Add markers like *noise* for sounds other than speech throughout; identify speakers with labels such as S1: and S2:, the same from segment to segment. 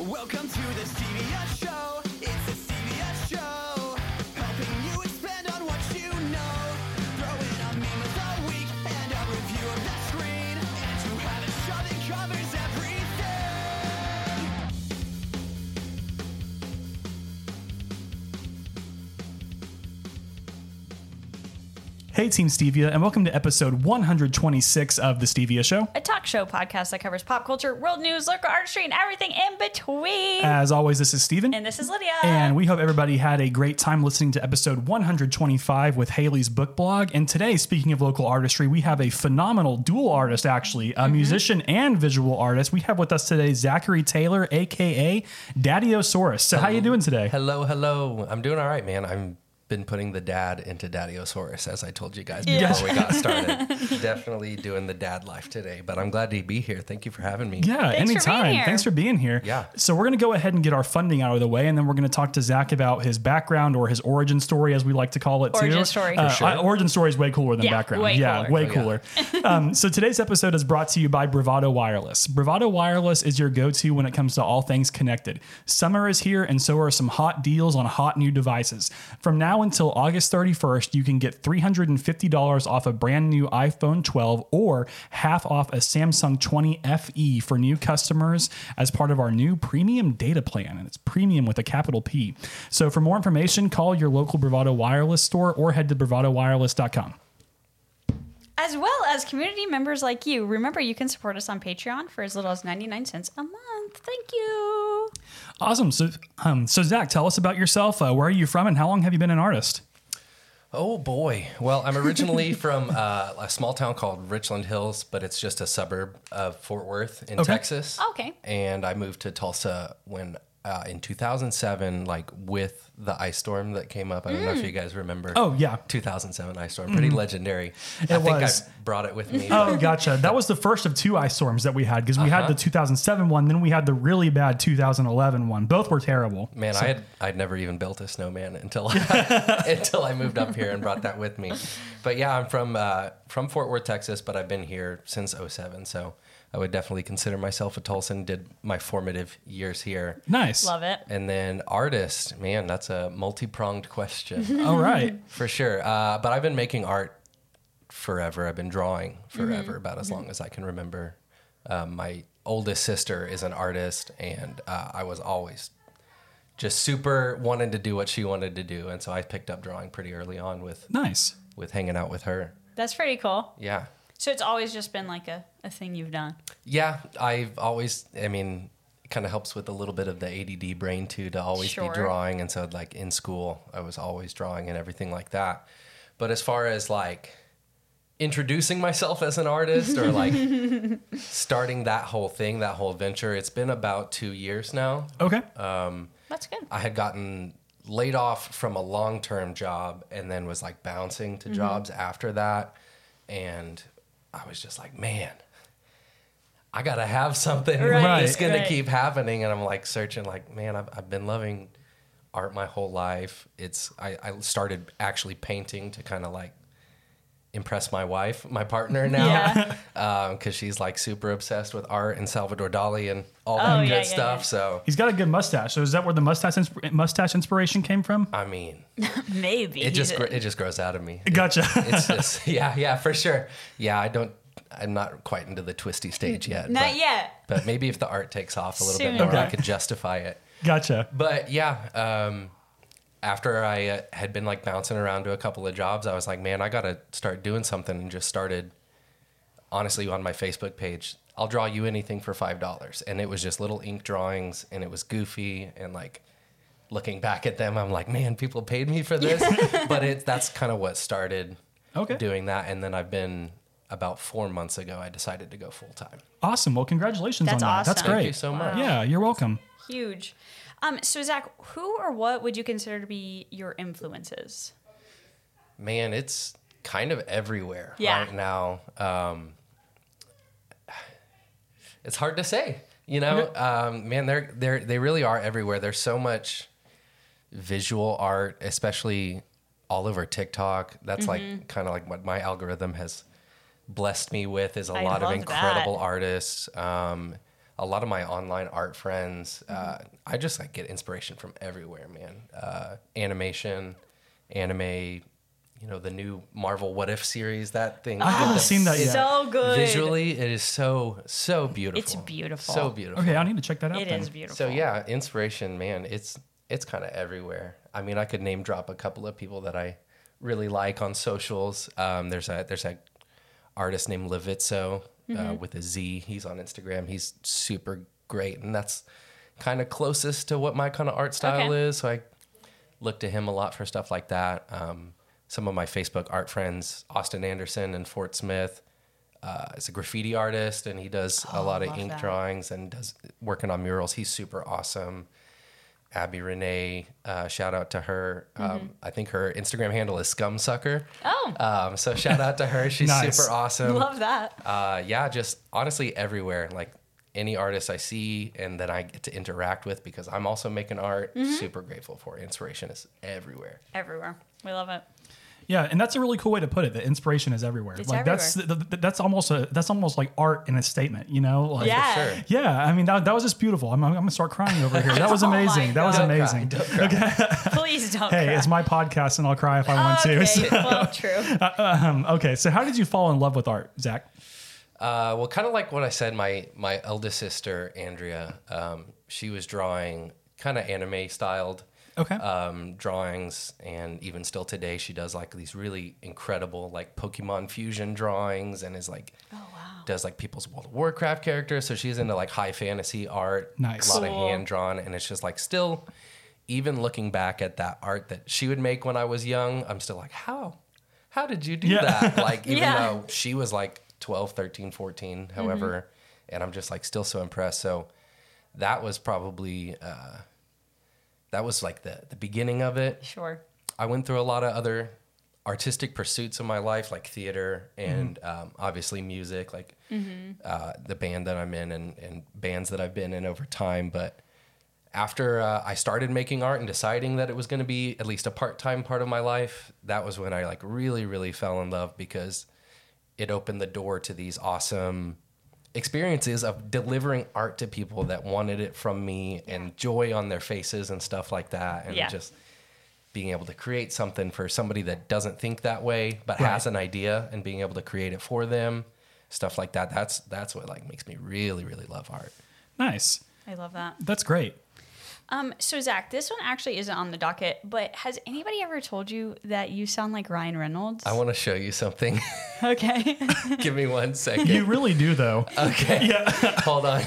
S1: Welcome to the CBS show. It's the CBS show. Helping you expand on what you know. Throw in a meme of the week and a review of the screen. And you have a show that covers everything.
S2: Hey, Team Stevia, and welcome to episode 126 of The Stevia Show.
S3: a talk show podcast that covers pop culture, world news, local artistry, and everything in between.
S2: As always, this is Steven.
S3: and this is Lydia.
S2: Uh, And we hope everybody had a great time listening to episode 125 with Haley's book blog. And today, speaking of local artistry, we have a phenomenal dual artist, actually,
S3: Mm-hmm.
S2: a musician and visual artist. We have with us today Zachary Taylor, aka Daddyosaurus. So, how you doing today?
S4: Hello, hello. I'm doing all right, man. I've been putting the dad into Daddyosaurus, as I told you guys before we
S2: *laughs*
S4: got started. Definitely doing the dad life today, but I'm glad to be here. Thank you for having me.
S2: Yeah,
S3: Thanks for being
S2: anytime.
S3: here.
S2: Thanks for being here.
S4: Yeah.
S2: So we're gonna go ahead and get our funding out of the way, and then we're gonna talk to Zach about his background or his origin story, as we like to call it. too.
S3: Origin story.
S2: Uh,
S3: For sure.
S2: I- origin story is way cooler than
S3: Yeah,
S2: background.
S3: way
S2: yeah,
S3: cooler.
S2: way
S3: *laughs*
S4: yeah.
S2: cooler. um, so today's episode is brought to you by Bravado Wireless. Bravado Wireless is your go-to when it comes to all things connected. Summer is here, and so are some hot deals on hot new devices. From now until August 31st, you can get $350 off a brand new iPhone 12 or half off a Samsung 20 FE for new customers as part of our new premium data plan, and it's premium with a capital P. So for more information, call your local Bravado Wireless store or head to bravadowireless.com.
S3: as well as community members like you. Remember, you can support us on Patreon for as little as 99 cents a month. Thank you.
S2: Awesome. So, um, so Zach, tell us about yourself. Uh, where are you from, and how long have you been an artist?
S4: Oh boy. Well,
S2: *laughs*
S4: I'm originally from uh, a small town called Richland Hills, but it's just a suburb of Fort Worth in
S2: Okay.
S4: Texas.
S3: Okay.
S4: And I moved to Tulsa when uh, in 2007, like with the ice storm that came up. I don't know if you guys remember.
S2: Oh, yeah. Mm-hmm.
S4: 2007 ice storm, pretty legendary. I
S2: It
S4: think
S2: was.
S4: I brought it
S2: *laughs*
S4: with me.
S2: Oh, gotcha. That was the first of two ice storms that we had because we had the 2007 one, then we had the really bad 2011 one. Both were terrible.
S4: Man, I had I'd never even built a snowman until I, *laughs* until I moved up here and brought that with me. But yeah, I'm from uh, from Fort Worth, Texas, but I've been here since 07, so I would definitely consider myself a Tulsan. Did my formative years here,
S2: Nice.
S3: Love it.
S4: and then artist. Man, that's a multi
S2: *laughs*
S4: pronged question
S2: All right.
S4: for sure. Uh, but I've been making art forever. I've been drawing forever, about as long as I can remember. Um, my oldest sister is an artist, and uh, I was always just super wanting to do what she wanted to do, and so I picked up drawing pretty early on with
S2: Nice.
S4: with hanging out with her.
S3: That's pretty cool.
S4: Yeah,
S3: So it's always just been like a, a thing you've done.
S4: yeah. I've always, I mean. It kind of helps with a little bit of the ADD brain too to always
S3: Sure.
S4: be drawing, and so like in school, I was always drawing and everything like that. But as far as like introducing myself as an artist or like starting that whole thing, that whole venture. It's been about two years now.
S2: Okay.
S3: That's good.
S4: I had gotten laid off from a long term job and then was like bouncing
S3: Mm-hmm.
S4: to jobs after that. And I was just like, man, I gotta have
S3: *laughs*
S4: something
S3: Right,
S4: that's gonna
S3: right.
S4: keep happening. And I'm like searching, like, man, I've, I've been loving art my whole life. It's I, I started actually painting to kind of like impress my wife,
S3: *laughs*
S4: my partner now, because she's like super obsessed with art and Salvador Dali and all that
S3: Oh,
S4: good
S3: yeah, yeah,
S4: stuff.
S3: yeah.
S4: So
S2: He's got a good mustache. So is that where the mustache insp- mustache inspiration came from?
S4: I mean,
S3: Maybe.
S4: it just
S3: He's
S4: gr-
S3: a-
S4: it just grows out of me.
S2: Gotcha.
S4: It's
S2: *laughs*
S4: just yeah, yeah, for sure. Yeah, I don't. I'm not quite into the twisty stage yet.
S3: Not
S4: but,
S3: yet.
S4: But maybe if the art takes off a little
S3: Soon.
S4: bit more, I
S2: Okay.
S4: could justify it.
S2: gotcha.
S4: But yeah, um, after I uh, had been like bouncing around to a couple of jobs, I was like, man, I gotta start doing something, and just started. Honestly, on my Facebook page, I'll draw you anything for five dollars, and it was just little ink drawings, and it was goofy, and like looking back at them, I'm like, man, people paid me for this, but it that's kind of what started
S2: Okay.
S4: doing that, and then I've been about four months ago, I decided to go full time.
S2: Awesome. Well, congratulations
S3: That's
S2: on that. That's
S3: awesome.
S2: great.
S3: Thank
S4: you so much.
S2: Yeah, you're welcome.
S3: Huge. Um, so Zach, who or what would you consider to be your influences?
S4: man, it's kind of everywhere
S3: Yeah.
S4: right now. Um, it's hard to say, you know. Um, man, they're they're they really are everywhere. There's so much visual art, especially all over TikTok. That's
S3: Mm-hmm.
S4: like kind of like what my algorithm has blessed me with is a
S3: I
S4: lot of
S3: love
S4: incredible
S3: that.
S4: artists. Um, a lot of my online art friends. Uh, I just like get inspiration from everywhere, man. Uh, animation, anime. You know the new Marvel What If series. That thing.
S2: I haven't seen that yet.
S3: Ah, So good.
S4: Visually, it is so so beautiful.
S3: beautiful.
S4: So beautiful.
S2: Okay, I need to check that out.
S3: It
S2: then.
S3: is beautiful.
S4: So yeah, inspiration, man, it's it's kind of everywhere. I mean, I could name drop a couple of people that I really like on socials. Um, there's a there's a artist named Levitzo uh,
S3: Mm-hmm.
S4: with a Z. He's on Instagram. He's super great, and that's kind of closest to what my kind of art style
S3: Okay.
S4: is. So I look to him a lot for stuff like that. Um, some of my Facebook art friends, Austin Anderson and Fort Smith, uh, is a graffiti artist and he does a lot of
S3: Oh, love
S4: ink
S3: that.
S4: drawings and does working on murals. He's super awesome. Abby Renee, uh, shout out to her. Um, I think her Instagram handle is Scumsucker.
S3: Mm-hmm. Oh.
S4: Um, so shout out
S3: *laughs*
S4: to her. She's
S2: Nice.
S4: super awesome
S3: Love that.
S4: uh, yeah, just honestly everywhere. Like any artist I see and that I get to interact with because I'm also making art.
S3: Mm-hmm.
S4: Super grateful for it. inspiration is everywhere.
S3: Everywhere. We love it.
S4: Oh,
S2: Yeah, and that's a really cool way to put it. The inspiration is everywhere.
S3: It's
S2: like that's th
S3: everywhere.
S2: th- that's almost a that's almost like art in a statement. You know, like
S3: Yeah.
S4: For sure.
S2: yeah. I mean, that, that was just beautiful. I'm, I'm gonna start crying over here.
S3: *laughs*
S2: That was
S3: Oh my
S2: amazing. that was
S3: God.
S4: Don't cry,
S2: amazing.
S4: don't
S3: *laughs*
S4: cry.
S3: Please don't.
S2: Hey,
S3: cry.
S2: it's my podcast, and I'll cry if I want
S3: okay.
S2: to. So,
S3: well,
S2: *laughs*
S3: true.
S2: um, okay, so how did you fall in love with art, Zach?
S4: Uh, well, kind of like what I said, my my eldest sister Andrea, um, she was drawing kind of anime styled
S2: Okay.
S4: um, drawings, and even still today, she does like these really incredible like Pokemon fusion drawings, and is like
S3: Oh,
S4: does like people's World of Warcraft characters. So she's into like high fantasy art,
S2: Nice.
S4: a lot
S3: Cool.
S4: of hand drawn, and it's just like still. Even looking back at that art that she would make when I was young, I'm still like, how? How did you do
S2: Yeah. *laughs*
S4: that? Like, even
S3: Yeah.
S4: though she was like 12 13 14 however
S3: Mm-hmm.
S4: and i'm just like still so impressed so that was probably uh that was like the the beginning of it
S3: Sure.
S4: i went through a lot of other artistic pursuits in my life like theater and um, obviously music like uh, the band that i'm in and and bands that i've been in over time but after uh, I started making art and deciding that it was going to be at least a part-time part of my life, that was when I like really, really fell in love because it opened the door to these awesome experiences of delivering art to people that wanted it from me and joy on their faces and stuff like that, and
S3: Yeah.
S4: just being able to create something for somebody that doesn't think that way but has an idea and being able to create it for them, stuff like that. That's that's what like makes me really, really love art.
S2: Nice.
S3: I love that.
S2: That's great.
S3: Um, so Zach, this one actually isn't on the docket, but has anybody ever told you that you sound like Ryan Reynolds?
S4: I want to show you something.
S3: *laughs*
S4: *laughs*
S3: okay.
S4: Give me one second.
S2: You really do,
S3: *laughs*
S2: though. *laughs*
S4: okay. Hold on.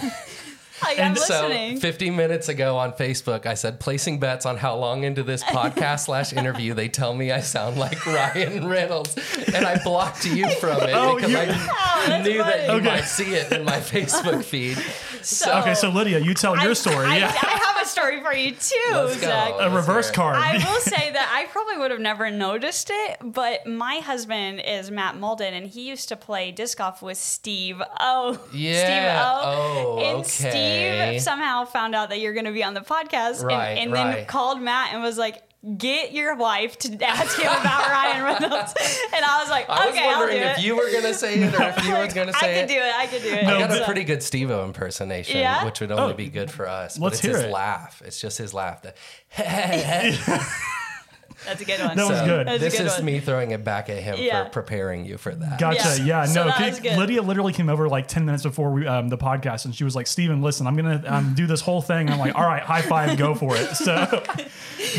S3: Like, I'm
S4: so,
S3: listening.
S4: 50 minutes ago on Facebook, I said placing bets on how long into this podcast slash interview they tell me I sound like *laughs* Ryan Reynolds, and I blocked you from it
S2: Oh, *laughs*
S4: because
S2: you-
S4: I
S3: that's
S4: knew that you
S3: funny.
S4: might see it in my Facebook feed. So,
S3: So-
S2: okay, so Lydia, you tell your story.
S3: I,
S2: yeah,
S3: I have a story for you too,
S4: Let's go.
S3: Zach.
S2: a
S4: let's
S2: reverse
S4: hear it.
S2: card.
S3: I will
S4: *laughs*
S3: say that I probably would have never noticed it, but my husband is Matt Molden, and he used to play disc golf with Steve O. *laughs*
S4: Yeah.
S3: Steve O.
S4: Oh,
S3: and
S4: okay.
S3: Steve somehow found out that you're going to be on the podcast,
S4: Right,
S3: and, and then
S4: right.
S3: called Matt and was like, "Get your wife to ask him
S4: *laughs*
S3: about Ryan Reynolds." And I was like,
S4: I was
S3: "Okay, I'll do
S4: wondering
S3: it."
S4: if you were gonna say it or
S3: *laughs*
S4: if you were gonna
S3: I
S4: say
S3: could do it. I could do it.
S4: I got
S3: So-
S4: a pretty good Steve-O impersonation,
S3: Yeah?
S4: which would only
S2: Oh,
S4: be good for
S2: let's
S4: us. but it's
S2: hear
S4: his
S2: it.
S4: laugh. It's just his laugh. *laughs*
S2: *laughs*
S4: The
S3: That's a good one.
S2: That was
S4: So
S2: good.
S3: That's a
S4: This
S3: good
S4: is
S3: one.
S4: me throwing it back at him
S3: Yeah.
S4: for preparing you for that.
S2: Gotcha. Yeah.
S3: Yeah. So
S2: no,
S3: that was good.
S2: Lydia literally came over like 10 minutes before we, um, the podcast and she was like, Steven, listen, I'm going to um, do this whole thing. And I'm like, all right, high five, go for it. So, *laughs*
S3: I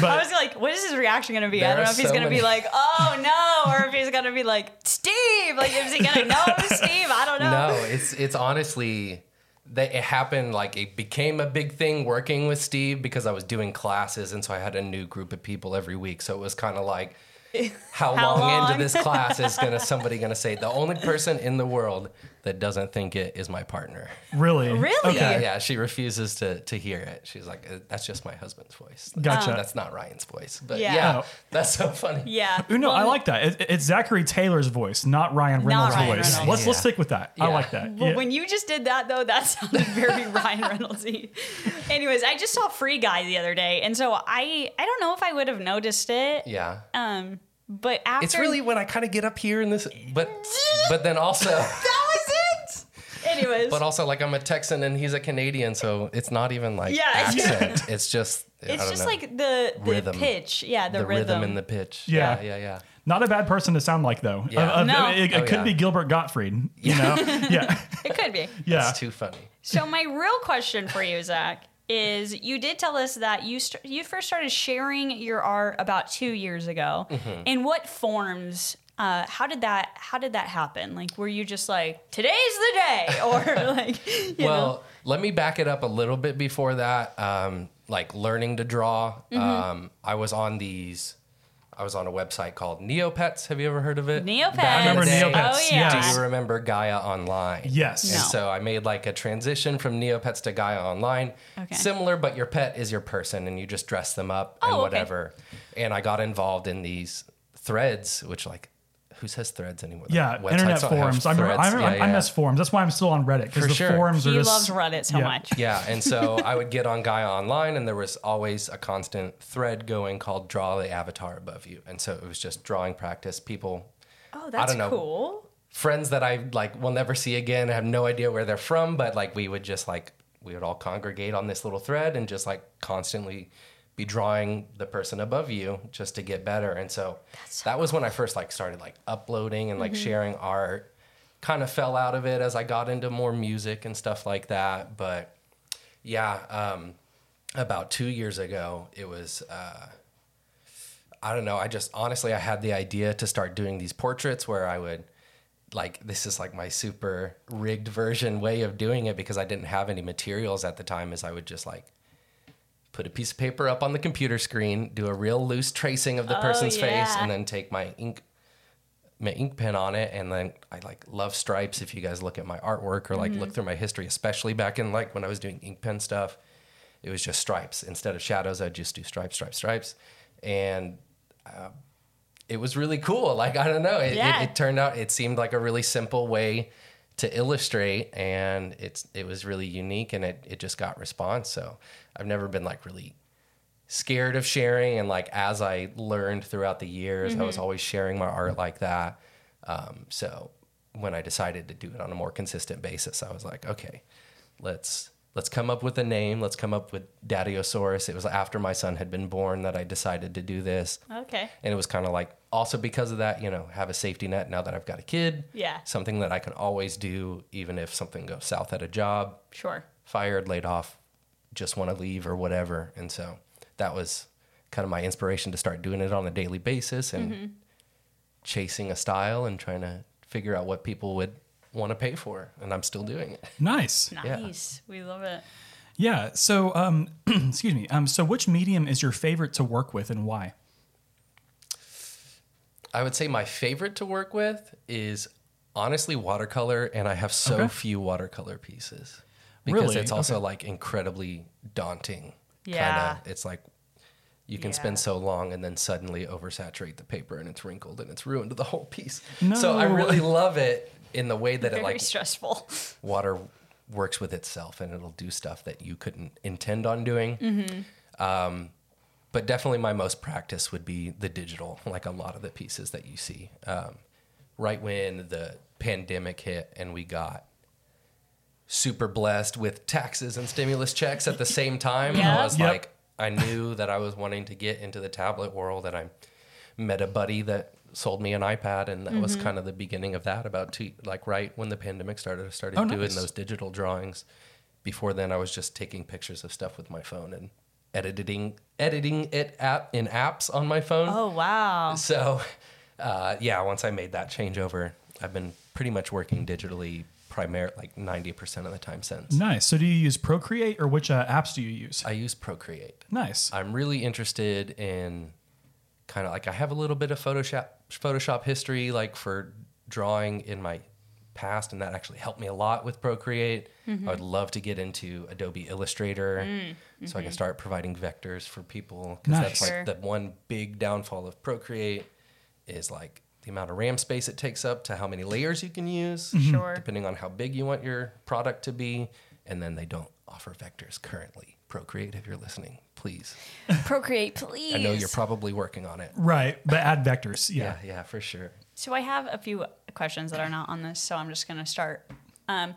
S2: but
S3: was like, what is his reaction going to be? I
S4: There
S3: don't know
S4: are
S3: if he's
S4: so
S3: going to be
S4: many-
S3: like, oh no, or if he's going to be like, Steve. Like, is he going to
S4: *laughs*
S3: know it was Steve? I don't know. *laughs*
S4: No, it's it's honestly that it happened like it became a big thing working with Steve because I was doing classes and so I had a new group of people every week. So it was kind
S3: *laughs*
S4: of like how,
S3: How
S4: long,
S3: long?
S4: into this class is
S3: *laughs*
S4: gonna somebody gonna say the only person in the world that doesn't think it is my partner.
S2: really.
S3: Really?
S4: Yeah, yeah, she refuses to to hear it. She's like "Uh, that's just my husband's voice.
S3: Oh,
S2: Gotcha.
S4: That's not Ryan's voice. But
S3: Yeah.
S4: yeah,
S2: Oh.
S4: that's so funny.
S3: Yeah.
S2: Ooh, no,
S3: Well,
S2: I like that. It, it's Zachary Taylor's voice, not Ryan Reynolds'
S3: Ryan
S2: voice.
S3: Reynolds.
S2: Let's let's
S4: Yeah.
S2: stick with that. I
S4: Yeah.
S2: like that.
S3: Well,
S2: Yeah.
S3: when you just did that though, that *laughs* sounded very Ryan Reynoldsy. Anyways, I just saw Free Guy the other day, and so I I don't know if I would have noticed it.
S4: Yeah.
S3: Um, but after *laughs*
S4: It's really when I kind of get up here in this, but but then also
S3: that was it. Anyways,
S4: But also, like, I'm a Texan and he's a Canadian, so it's not even like
S3: Yeah, it's-
S4: accent.
S3: *laughs*
S4: It's just I
S3: it's
S4: don't
S3: just
S4: know,
S3: like the the
S4: Rhythm.
S3: pitch. Yeah, the,
S4: the
S3: rhythm.
S4: rhythm and the pitch.
S2: Yeah.
S4: yeah, yeah. yeah.
S2: Not a bad person to sound like though.
S4: Yeah.
S2: Uh, uh,
S3: No.
S2: It, it
S4: Oh,
S2: could
S4: yeah.
S2: be Gilbert Gottfried. You
S3: *laughs*
S2: know? yeah.
S3: it could be.
S2: Yeah.
S4: It's too funny.
S3: So my real question for you, Zach, is you did tell us that you st- you first started sharing your art about two years ago.
S4: Mm-hmm.
S3: In what forms? Uh, how did that How did that happen? Like, were you just like, "Today's the day," *laughs* or like, you
S4: well,
S3: know?
S4: let me back it up a little bit before that. Um, like learning to draw,
S3: Mm-hmm.
S4: um, I was on these. I was on a website called Neopets. Have you ever heard of it?
S3: Neopets.
S4: Back in the
S2: remember
S4: day,
S2: Neopets,
S3: Oh
S2: yeah.
S3: yeah.
S4: Do you remember Gaia Online?
S2: Yes.
S4: And
S3: No.
S4: so I made like a transition from Neopets to Gaia Online.
S3: Okay.
S4: Similar, but your pet is your person and you just dress them up
S3: Oh,
S4: and
S3: okay.
S4: whatever. And I got involved in these threads, which like, who says threads anymore? The
S2: Yeah,
S4: websites
S2: internet
S4: don't have
S2: forums. I remember, I,
S4: threads.
S2: remember,
S4: Yeah,
S2: I
S4: yeah.
S2: miss forums. That's why I'm still on Reddit because
S4: For
S2: the
S4: sure.
S2: forums are
S3: He
S2: just
S3: loves Reddit so
S2: yeah.
S3: much.
S4: Yeah, and so I would get on Gaia Online, and there was always a constant thread going called "Draw the Avatar Above You," and so it was just drawing practice. People,
S3: Oh, that's
S4: don't know.
S3: cool.
S4: friends that I like will never see again, I have no idea where they're from, but like we would just like we would all congregate on this little thread and just like constantly be drawing the person above you just to get better. And so, that was when I first like started like uploading and like sharing art. Kind of fell out of it as I got into more music and stuff like that, but yeah, um, about two years ago, it was, uh, I don't know, I just honestly, I had the idea to start doing these portraits where I would, like, this is like my super rigged version way of doing it because I didn't have any materials at the time, is I would just like, Put a piece of paper up on the computer screen, do a real loose tracing of the
S3: Oh,
S4: person's face,
S3: yeah.
S4: and then take my ink my ink pen on it and then I like love stripes if you guys look at my artwork or like
S3: Mm-hmm.
S4: look through my history especially back in like when I was doing ink pen stuff it was just stripes instead of shadows I'd just do stripes stripes stripes and uh, it was really cool like I don't know it,
S3: Yeah.
S4: it, it turned out it seemed like a really simple way to illustrate and it's it was really unique and it it just got response so I've never been like really scared of sharing and like as i learned throughout the years i was always sharing my art like that um, so when i decided to do it on a more consistent basis i was like okay let's let's come up with a name let's come up with daddyosaurus it was after my son had been born that i decided to do this
S3: Okay.
S4: and it was kind of like also because of that you know have a safety net now that i've got a kid
S3: Yeah.
S4: something that i can always do even if something goes south at a job
S3: Sure.
S4: fired, laid off, just want to leave or whatever. And so that was kind of my inspiration to start doing it on a daily basis and chasing a style and trying to figure out what people would want to pay for. And I'm still doing it.
S2: Nice.
S3: Nice. We love it.
S2: Yeah. So, um, *clears throat* excuse me. Um, so, which medium is your favorite to work with, and why?
S4: I would say my favorite to work with is honestly watercolor, and I have so
S2: Okay.
S4: few watercolor pieces because
S2: Really?
S4: it's also like incredibly daunting.
S3: Yeah.
S4: Kinda. It's like you can
S3: Yeah.
S4: spend so long and then suddenly oversaturate the paper and it's wrinkled and it's ruined the whole piece.
S2: No.
S4: So I really love it in the way that
S3: Very
S4: it like
S3: stressful. *laughs*
S4: water works with itself and it'll do stuff that you couldn't intend on doing. Um, but definitely my most practice would be the digital, like a lot of the pieces that you see. Um, right when the pandemic hit and we got super blessed with taxes and stimulus checks at the same time,
S3: Yeah.
S4: I was
S2: Yep.
S4: like, I knew that I was wanting to get into the tablet world and I met a buddy that sold me an iPad and that was kind of the beginning of that about two like right when the pandemic started I started
S2: Oh,
S4: doing
S2: nice.
S4: those digital drawings. Before then I was just taking pictures of stuff with my phone and editing editing it app in apps on my phone.
S3: Oh
S4: *laughs*
S3: wow.
S4: So uh, yeah, once I made that changeover, I've been pretty much working digitally primarily like 90% of the time since.
S2: Nice. So, do you use Procreate, or which uh, apps do you use?
S4: I use Procreate.
S2: nice.
S4: I'm really interested in kind of like I have a little bit of Photoshop Photoshop history like for drawing in my past and that actually helped me a lot with Procreate. I would love to get into Adobe Illustrator so I can start providing vectors for people cuz that's
S2: Nice.
S4: like the one big downfall of Procreate is like the amount of RAM space it takes up to how many layers you can use
S3: Sure.
S4: depending on how big you want your product to be and then they don't offer vectors currently. Procreate if you're listening, please.
S3: Procreate, please.
S4: I know you're probably working on it.
S2: right. But add vectors.
S4: Yeah,
S2: Yeah.
S4: yeah, for sure.
S3: So I have a few questions that are not on this, so I'm just gonna start. Um,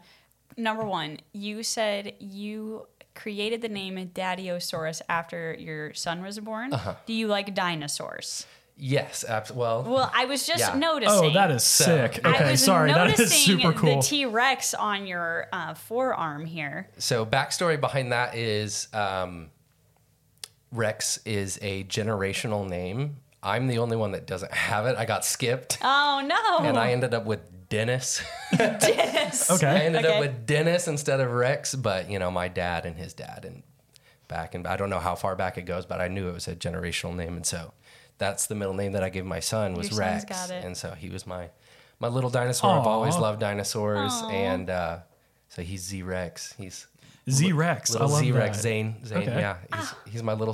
S3: number one, you said you created the name Daddyosaurus after your son was born.
S4: Uh-huh.
S3: Do you like dinosaurs?
S4: Yes, abs- well,
S3: Well, I was just
S4: Yeah.
S3: noticing.
S2: Oh, that is sick.
S3: I
S2: Okay,
S3: was
S2: sorry, that
S3: noticing
S2: is super cool.
S3: The T Rex on your uh, forearm here.
S4: So backstory behind that is um, Rex is a generational name. I'm the only one that doesn't have it. I got skipped,
S3: Oh no!
S4: and I ended up with Dennis. *laughs*
S3: Dennis. *laughs*
S4: I
S2: okay.
S4: ended
S3: Okay.
S4: up with Dennis instead of Rex, but you know my dad and his dad and back and I don't know how far back it goes, but I knew it was a generational name, and so that's the middle name that I gave my son was
S3: Your son's
S4: Rex,
S3: got it.
S4: and so he was my my little dinosaur. I've
S2: Aw.
S4: always loved dinosaurs, and uh, so he's Z Rex. He's
S2: Z Rex. I
S4: little
S2: love
S4: Z Rex
S2: that.
S4: Zane. Zane,
S2: Okay.
S4: yeah, he's, he's my little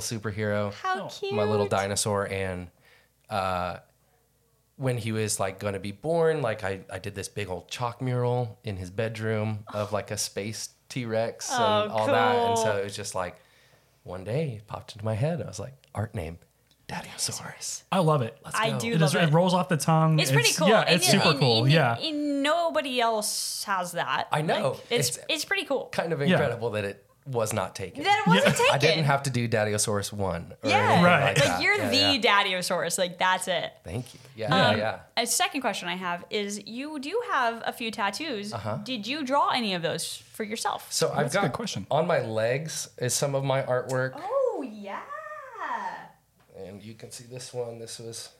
S3: Ah.
S4: superhero,
S3: How cute!
S4: my little dinosaur. And uh, when he was like going to be born, like I, I did this big old chalk mural in his bedroom of like a space T Rex and
S3: Oh,
S4: all that. And so
S3: cool.
S4: it was just like one day it popped into my head. I was like, art name, Dadiosaurus.
S2: I love it.
S3: I
S4: go.
S3: do
S2: It,
S3: love
S2: is,
S3: it.
S2: it rolls off the tongue.
S3: It's pretty cool.
S2: Yeah,
S3: And
S2: it's
S3: you-
S2: super
S3: and-
S2: cool.
S3: and-
S2: yeah.
S3: and nobody else has that.
S4: I know.
S3: Like, it's, it's
S4: It's-
S3: pretty cool.
S4: Kind of incredible that it was not taken.
S3: That it wasn't taken.
S4: I didn't have to do Dadiosaurus one. Or
S3: Yeah.
S4: anything
S2: Right.
S4: Like,
S3: Like
S4: that.
S3: you're
S4: Yeah,
S3: the
S4: yeah.
S3: Daddyosaurus. Like that's it.
S4: Thank you. Yeah.
S3: Um,
S4: yeah.
S3: A second question I have is: You do have a few tattoos.
S4: Uh-huh.
S3: Did you draw any of those for yourself?
S4: So I've
S2: That's a
S4: got
S2: good question.
S4: on my legs is some of my artwork,
S3: Oh yeah.
S4: and you can see this one. This was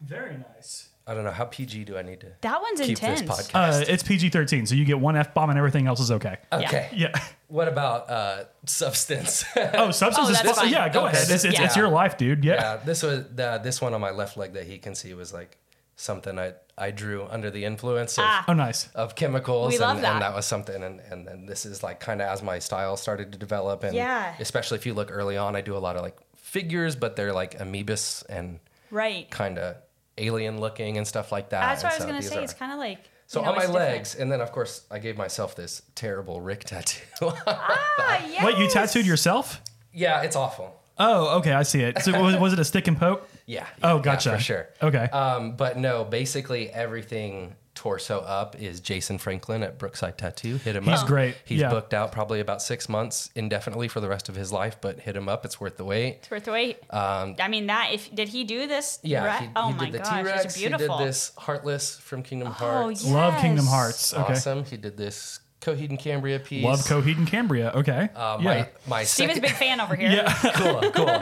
S2: Very nice.
S4: I don't know how PG do I need to
S3: That one's
S4: keep
S3: intense.
S4: this podcast.
S2: Uh, it's PG 13, so you get one F bomb and everything else is okay.
S3: yeah.
S4: okay.
S2: yeah. *laughs*
S4: What about uh, substance? *laughs* Uh,
S2: Oh, substance
S3: Oh,
S2: is
S3: that's
S2: fine.
S3: fine.
S2: Yeah, go
S4: Okay.
S2: ahead. It's, it's, it's
S4: Yeah.
S2: your life, dude. Yeah.
S4: yeah, this was the, this one on my left leg that he can see was like something I I drew under the influence of,
S3: Ah.
S2: Oh, nice.
S4: of chemicals,
S3: We
S4: and,
S3: love that.
S4: and that was something. And and then this is like kind of as my style started to develop, and
S3: Yeah.
S4: especially if you look early on, I do a lot of like figures, but they're like amoebas and
S3: Right.
S4: kind of alien looking and stuff like that.
S3: That's what
S4: And
S3: I was
S4: so
S3: gonna
S4: these
S3: say.
S4: are-
S3: It's kind of like. you
S4: So
S3: know,
S4: on my
S3: it's different.
S4: legs, and then of course I gave myself this terrible Rick tattoo. *laughs*
S3: Ah, yes.
S2: Wait, you tattooed yourself?
S4: yeah, it's awful.
S2: Oh, okay. I see it. So was, was it a stick and
S4: *laughs*
S2: poke?
S4: Yeah.
S2: Oh,
S4: yeah,
S2: gotcha.
S4: for sure.
S2: Okay.
S4: Um, but no, basically everything torso up is Jason Franklin at Brookside Tattoo. Hit him
S2: He's
S4: up.
S2: great,
S4: He's
S2: yeah.
S4: booked out probably about six months indefinitely for the rest of his life, but hit him up. It's worth the wait.
S3: It's worth the wait. I mean that. If did he do this?
S4: Um, Yeah.
S3: Right?
S4: He, he
S3: oh
S4: did
S3: my
S4: the
S3: gosh,
S4: T-Rex.
S3: it's
S4: He
S3: beautiful. Oh,
S4: did this Heartless from Kingdom Hearts.
S3: yeah.
S2: Love Kingdom
S3: yes.
S2: Hearts. Okay.
S4: Awesome. He did this Coheed and Cambria piece.
S2: Love Coheed and Cambria. Okay.
S4: Uh,
S2: yeah.
S4: my, my
S3: Steven's
S4: second-
S3: a big fan over here.
S2: *laughs* yeah.
S4: cool, cool.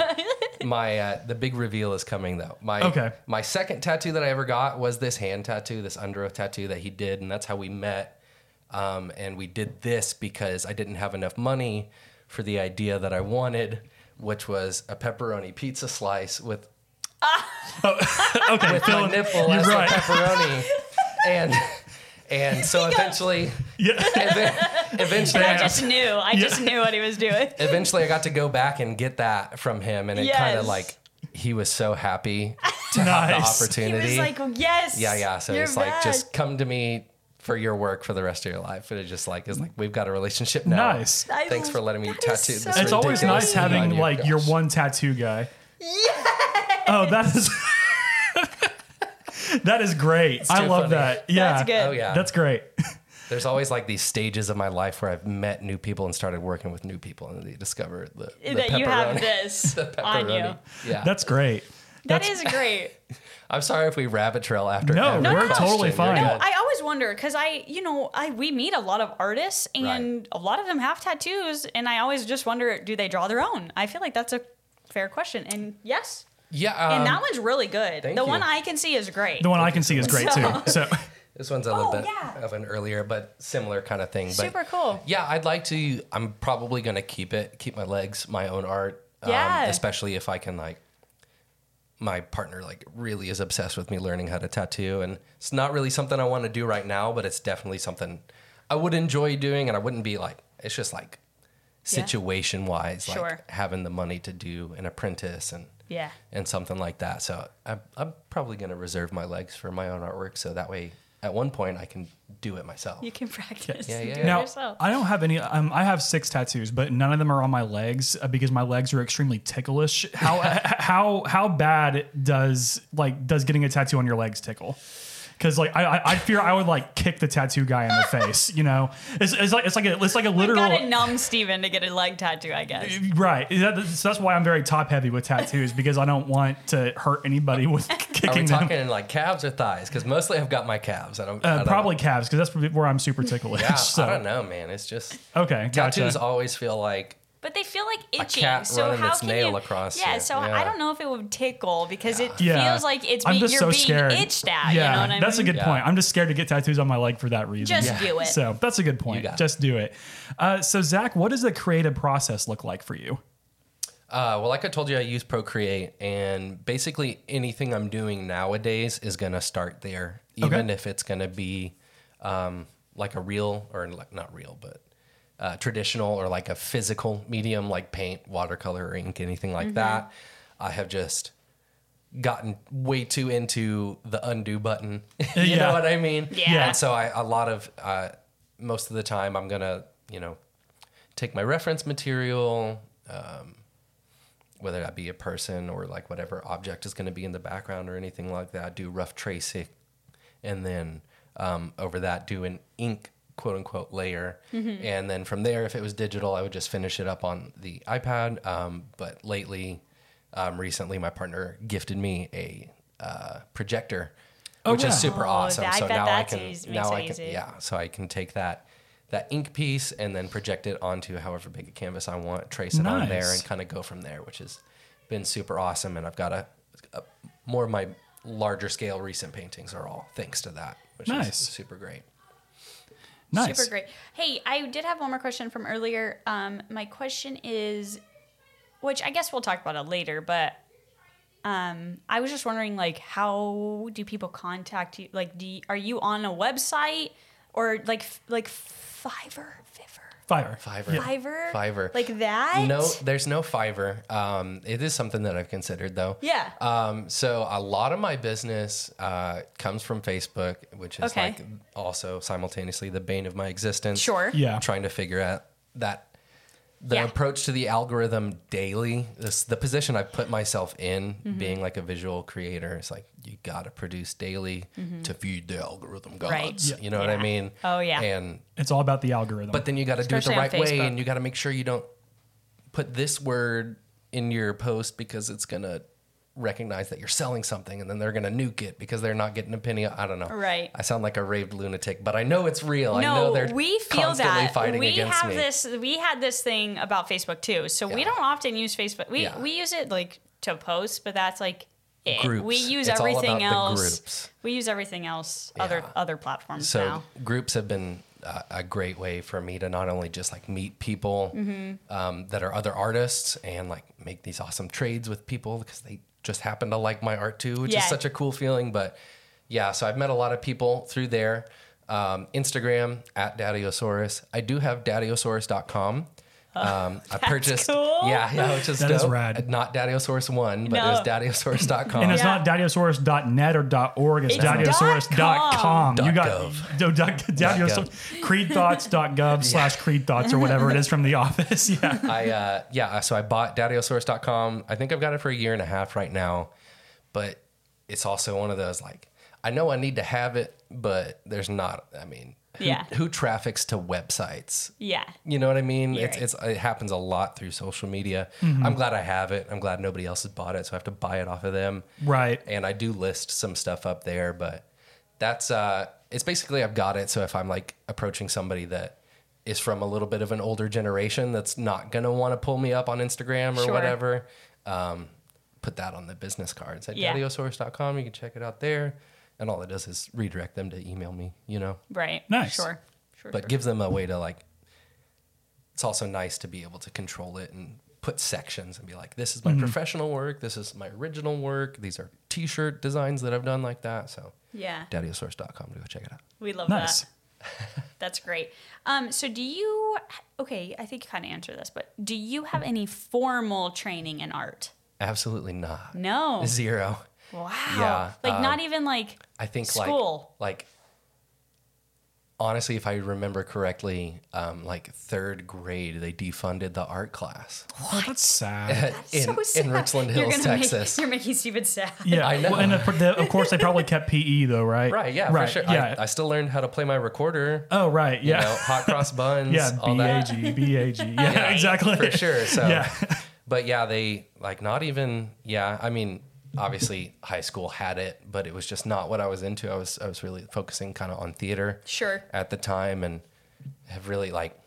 S4: My uh, the big reveal is coming though. My
S2: Okay.
S4: my second tattoo that I ever got was this hand tattoo, this under oath tattoo that he did, and that's how we met. Um, and we did this because I didn't have enough money for the idea that I wanted, which was a pepperoni pizza slice
S2: *laughs*
S4: with
S2: okay.
S4: my
S2: Phil,
S4: nipple
S2: you're
S4: as
S2: right.
S4: the pepperoni, and and so eventually,
S2: *laughs* Yeah.
S4: ev- eventually,
S3: I just knew. I just knew what he was doing.
S2: *laughs*
S4: eventually I got to go back and get that from him, and it kind
S3: Yes.
S4: of like he was so happy to
S2: Nice.
S4: have the
S3: He
S4: opportunity.
S3: was like, yes.
S4: yeah, yeah. So
S3: you're
S4: it's like
S3: back.
S4: just come to me for your work for the rest of your life. And it just like is like we've got a relationship now.
S2: Nice.
S3: I
S4: Thanks for
S3: love-
S4: letting me
S3: that is
S4: tattoo
S3: so
S4: this.
S2: It's always nice
S4: ridiculous thing on
S2: having
S4: you.
S2: like your
S4: Gosh.
S2: one tattoo guy. Oh, that is *laughs* that is great. I
S4: too
S2: love
S4: funny.
S2: that. Yeah,
S3: That's good.
S4: Oh yeah.
S2: That's great.
S4: There's always like these stages of my life where I've met new people and started working with new people, and they discover the, the
S3: that you have
S4: pepperoni-
S3: this
S4: *laughs* the
S3: on you.
S4: pepperoni. Yeah.
S2: That's great.
S3: That
S2: That's-
S3: is great.
S4: *laughs* I'm sorry if we rabbit trail after.
S2: No,
S4: every
S2: No, we're
S4: question.
S2: totally
S4: You're
S2: fine.
S4: good.
S2: No,
S3: I always wonder because I, you know, I we meet a lot of artists and
S4: Right.
S3: a lot of them have tattoos, and I always just wonder, do they draw their own? I feel like that's a fair question, and yes,
S4: yeah.
S3: and
S4: um,
S3: that one's really good. The
S4: thank you.
S3: one I can see is great.
S2: The one I can see is great
S3: *laughs*
S2: too. So
S4: This one's a little
S3: Oh,
S4: bit
S3: yeah.
S4: of an earlier, but similar kind of thing. But
S3: Super cool.
S4: Yeah, I'd like to. I'm probably gonna keep it, keep my legs, my own art. um,
S3: Yeah.
S4: especially if I can like, my partner like really is obsessed with me learning how to tattoo, and it's not really something I want to do right now, but it's definitely something I would enjoy doing, and I wouldn't be like, it's just like situation wise,
S3: Sure.
S4: like having the money to do an apprentice and
S3: Yeah.
S4: and something like that. So I'm, I'm probably going to reserve my legs for my own artwork. So that way, at one point, I can do it myself.
S3: You can *laughs* practice.
S4: Yeah,
S3: and
S4: yeah,
S3: do
S4: yeah.
S3: it
S2: now
S3: yourself.
S2: I don't have any. Um, I have six tattoos, but none of them are on my legs uh, because my legs are extremely ticklish.
S4: *laughs*
S2: How h- how how bad does like does getting a tattoo on your legs tickle? because like I, I I fear I would like kick the tattoo guy in
S4: *laughs*
S2: the face. You know, it's, it's like it's like a, it's like a
S3: I've
S2: literal.
S3: got to numb Steven to get a leg tattoo, I guess.
S2: Right. That- so that's why I'm very top heavy with tattoos because I don't want to hurt anybody with
S4: *laughs* Are we
S2: kicking them.
S4: talking like calves or thighs? Because mostly I've got my calves. I don't. I
S2: Uh,
S4: don't
S2: probably calves because that's where I'm super ticklish.
S4: Know. Yeah,
S2: so.
S4: I don't know, man. It's just
S2: Okay, gotcha.
S4: tattoos always feel like
S3: But they feel like itchy.
S4: cat
S3: so
S4: running
S3: how
S4: its
S3: can
S4: nail
S3: you,
S4: across
S3: Yeah,
S4: you.
S3: so
S4: Yeah.
S3: I don't know if it would tickle because it
S2: Yeah.
S3: feels like it's
S2: I'm
S3: be-
S2: just
S3: you're
S2: so
S3: being
S2: scared.
S3: itched
S2: Yeah,
S3: at. You know what I mean?
S2: that's a good
S4: Yeah.
S2: point. I'm just scared to get tattoos on my leg for that reason.
S3: Just do it.
S2: So that's a good point.
S4: got it.
S2: Just do it. Uh, so Zach, what does the creative process look like for you?
S4: Uh, well, like I told you, I use Procreate, and basically anything I'm doing nowadays is going to start there, even
S2: Okay.
S4: if it's going to be um, like a real or like, not real, but uh, traditional or like a physical medium like paint, watercolor, or ink, anything
S2: Mm-hmm.
S4: like that. I have just gotten way too into the undo button. *laughs* you
S2: Yeah.
S4: know what I mean?
S3: Yeah.
S4: And so I, a lot of, uh, most of the time, I'm going to, you know, take my reference material, whether that be a person or like whatever object is going to be in the background or anything like that, do rough tracing, and then um, over that do an ink quote unquote layer,
S3: Mm-hmm.
S4: and then from there, if it was digital, I would just finish it up on the iPad. Um, but lately, um, recently, my partner gifted me a uh, projector, which
S2: yeah.
S4: is super
S3: Oh,
S4: awesome.
S3: I
S4: so
S3: bet
S4: now I
S3: that's
S4: can
S3: eas- makes
S4: now
S3: it
S4: I can
S3: easy.
S4: yeah, so I can take that. That ink piece, and then project it onto however big a canvas I want, trace it on there,
S2: Nice.
S4: and kind of go from there, which has been super awesome. And I've got a, a more of my larger scale recent paintings are all thanks to that, which
S2: Nice.
S4: is super great.
S2: Nice.
S3: Super great. Hey, I did have one more question from earlier. Um, my question is, which I guess we'll talk about it later, but um, I was just wondering, like, how do people contact you? Like, do you, are you on a website or like f- like Fiverr, Fiverr,
S2: Fiverr.
S4: Fiverr.
S3: Fiverr,
S4: Fiverr.
S3: like that?
S4: No, there's no Fiverr. Um, it is something that I've considered though.
S3: Yeah.
S4: Um, so a lot of my business uh, comes from Facebook, which is
S3: Okay.
S4: like also simultaneously the bane of my existence.
S3: Sure.
S2: Yeah.
S4: Trying to figure out that the
S3: Yeah.
S4: approach to the algorithm daily, this, the position I put myself in,
S3: Mm-hmm.
S4: being like a visual creator, it's like you got to produce daily to feed the algorithm gods.
S3: Mm-hmm. Right. Yeah.
S4: You know what I
S3: Yeah.
S4: mean?
S3: Oh, yeah.
S4: And
S2: It's all about the algorithm.
S4: but then you got to do it the
S3: Especially on
S4: right way,
S3: Facebook.
S4: and you got to make sure you don't put this word in your post because it's gonna recognize that you're selling something, and then they're gonna nuke it because they're not getting a penny. I don't know.
S3: Right.
S4: I sound like a raved lunatic, but I know it's real. I know
S3: No,
S4: they're
S3: we feel
S4: constantly
S3: that
S4: fighting
S3: we
S4: against
S3: have
S4: me.
S3: this. We had this thing about Facebook too. So we
S4: Yeah.
S3: don't often use Facebook. We
S4: Yeah.
S3: we use it like to post, but that's like it. We
S4: Groups.
S3: use
S4: It's all about
S3: everything
S4: the
S3: else.
S4: groups.
S3: We use everything else. Other
S4: Yeah.
S3: other platforms
S4: So
S3: now.
S4: groups have been uh, a great way for me to not only just like meet people
S3: Mm-hmm.
S4: um, that are other artists and like make these awesome trades with people because they just happen to like my art too, which
S3: Yeah.
S4: is such a cool feeling. But yeah, so I've met a lot of people through there. Um, Instagram at Daddyosaurus. I do have daddyosaurus.com. Um, I purchased,
S3: Oh, cool.
S4: yeah, yeah, which is
S2: That is
S4: dope.
S2: rad.
S4: Not Daddyosaurus one, but
S3: No.
S4: it was
S3: *laughs*
S4: daddyosaurus.com.
S2: and it's
S3: Yeah.
S2: not dadiosaurus.net or .org. It's,
S3: It's
S2: dadiosaurus.com. You
S4: dot
S2: got
S4: gov.
S2: *laughs* no, dot- dadiosaur-
S4: *laughs*
S2: creedthoughts.gov slash creedthoughts or whatever it is from the *laughs* office. Yeah.
S4: I uh, yeah, so I bought daddyosaurus.com. I think I've got it for a year and a half right now, but it's also one of those like I know I need to have it, but there's not. I mean, who,
S3: Yeah.
S4: who traffics to websites?
S3: Yeah.
S4: You know what I mean?
S3: You're Mm-hmm.
S4: It's, it's it happens a lot through social media. I'm glad I have it. I'm glad nobody else has bought it, so I have to buy it off of them.
S2: Right.
S4: And I do list some stuff up there, but that's uh it's basically I've got it. So if I'm like approaching somebody that is from a little bit of an older generation that's not gonna want to pull me up on Instagram or
S3: Sure.
S4: whatever, um, put that on the business cards at
S3: Yeah.
S4: dadiosaurus.com. You can check it out there. And all it does is redirect them to email me, you know
S3: Right.
S2: Nice.
S3: Sure. Sure.
S4: but
S3: sure.
S4: gives them a way to like it's also nice to be able to control it and put sections and be like this
S2: Mm-hmm.
S4: is my professional work this is my original work these are t-shirt designs that i've done like that so
S3: yeah.
S4: daddyosaurus.com to go check it out
S3: We love
S2: Nice.
S3: that. That's great. Um, so do you? Okay, I think you kind of answered this, but do you have any formal training in art?
S4: absolutely not
S3: No.
S4: zero
S3: Wow.
S4: Yeah, uh,
S3: Like not even like
S4: i think
S3: School.
S4: like like honestly, if I remember correctly, um, like third grade, they defunded the art class
S2: Oh, that's
S4: *laughs*
S2: sad.
S4: in, in Richland
S3: You're
S4: Hills,
S3: gonna make-
S4: Texas.
S3: you're making Steven sad.
S2: Yeah,
S4: I know.
S2: Well, and of, cour- the- of course they probably kept PE though, right?
S4: right? Yeah,
S2: right.
S4: for sure.
S2: Yeah.
S4: I, I still learned how to play my recorder.
S2: oh, right.
S4: you
S2: Yeah.
S4: know, hot
S2: *laughs*
S4: cross buns.
S2: yeah.
S4: all
S2: B A
S4: that.
S2: G. B A
S4: *laughs*
S2: G. Yeah.
S4: Yeah,
S2: exactly.
S4: for sure. So,
S2: Yeah.
S4: *laughs* but yeah, they like not even. Yeah, I mean, obviously, high school had it, but it was just not what I was into. I was I was really focusing kind of on theater.
S3: Sure.
S4: At the time, and have really like,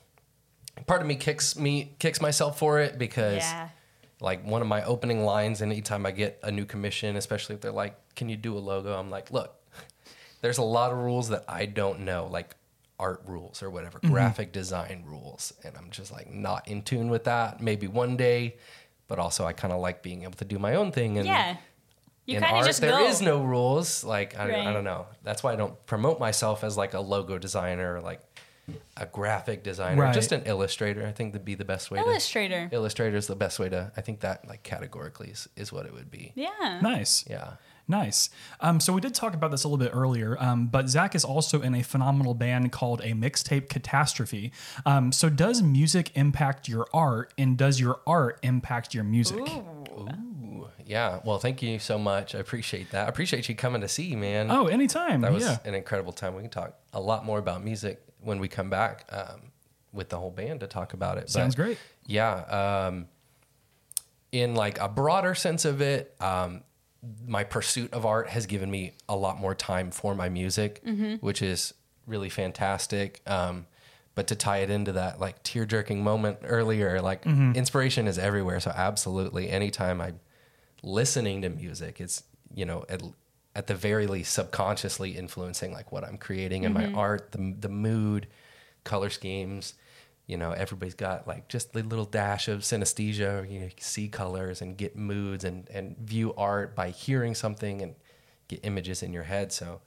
S4: part of me kicks me kicks myself for it because
S3: Yeah.
S4: like one of my opening lines and anytime I get a new commission, especially if they're like, Can you do a logo? I'm like, look, *laughs* there's a lot of rules that I don't know, like art rules or whatever, graphic design rules. And I'm just like not in tune with that. Maybe one day, but also I kinda like being able to do my own thing and
S3: Yeah. You
S4: in
S3: kind of
S4: art,
S3: just
S4: there
S3: go.
S4: is no rules. Like I,
S3: Right.
S4: I don't know. That's why I don't promote myself as like a logo designer, or like a graphic designer,
S2: Right.
S4: just an illustrator. I think that'd be the best way.
S3: Illustrator.
S4: To, illustrator is the best way to. I think that like categorically is, is what it would be.
S3: yeah.
S2: nice.
S4: Yeah.
S2: Nice. Um, so we did talk about this a little bit earlier, um, but Zach is also in a phenomenal band called a mixtape catastrophe. Um, so does music impact your art, and does your art impact your music?
S4: Yeah. Well, thank you so much. I appreciate that. I appreciate you coming to see, man.
S2: Oh, anytime.
S4: that was
S2: yeah.
S4: an incredible time. We can talk a lot more about music when we come back um, with the whole band to talk about it.
S2: Sounds great.
S4: Yeah. Um, in like a broader sense of it, um, my pursuit of art has given me a lot more time for my music, which is really fantastic. Um, but to tie it into that like tear jerking moment earlier, like
S2: Mm-hmm.
S4: inspiration is everywhere. So absolutely, anytime I'm listening to music, it's you know at at the very least subconsciously influencing like what I'm creating in my art, the the mood, color schemes you know, everybody's got like just a little dash of synesthesia. Or, you know, you can see colors and get moods and and view art by hearing something and get images in your head. So,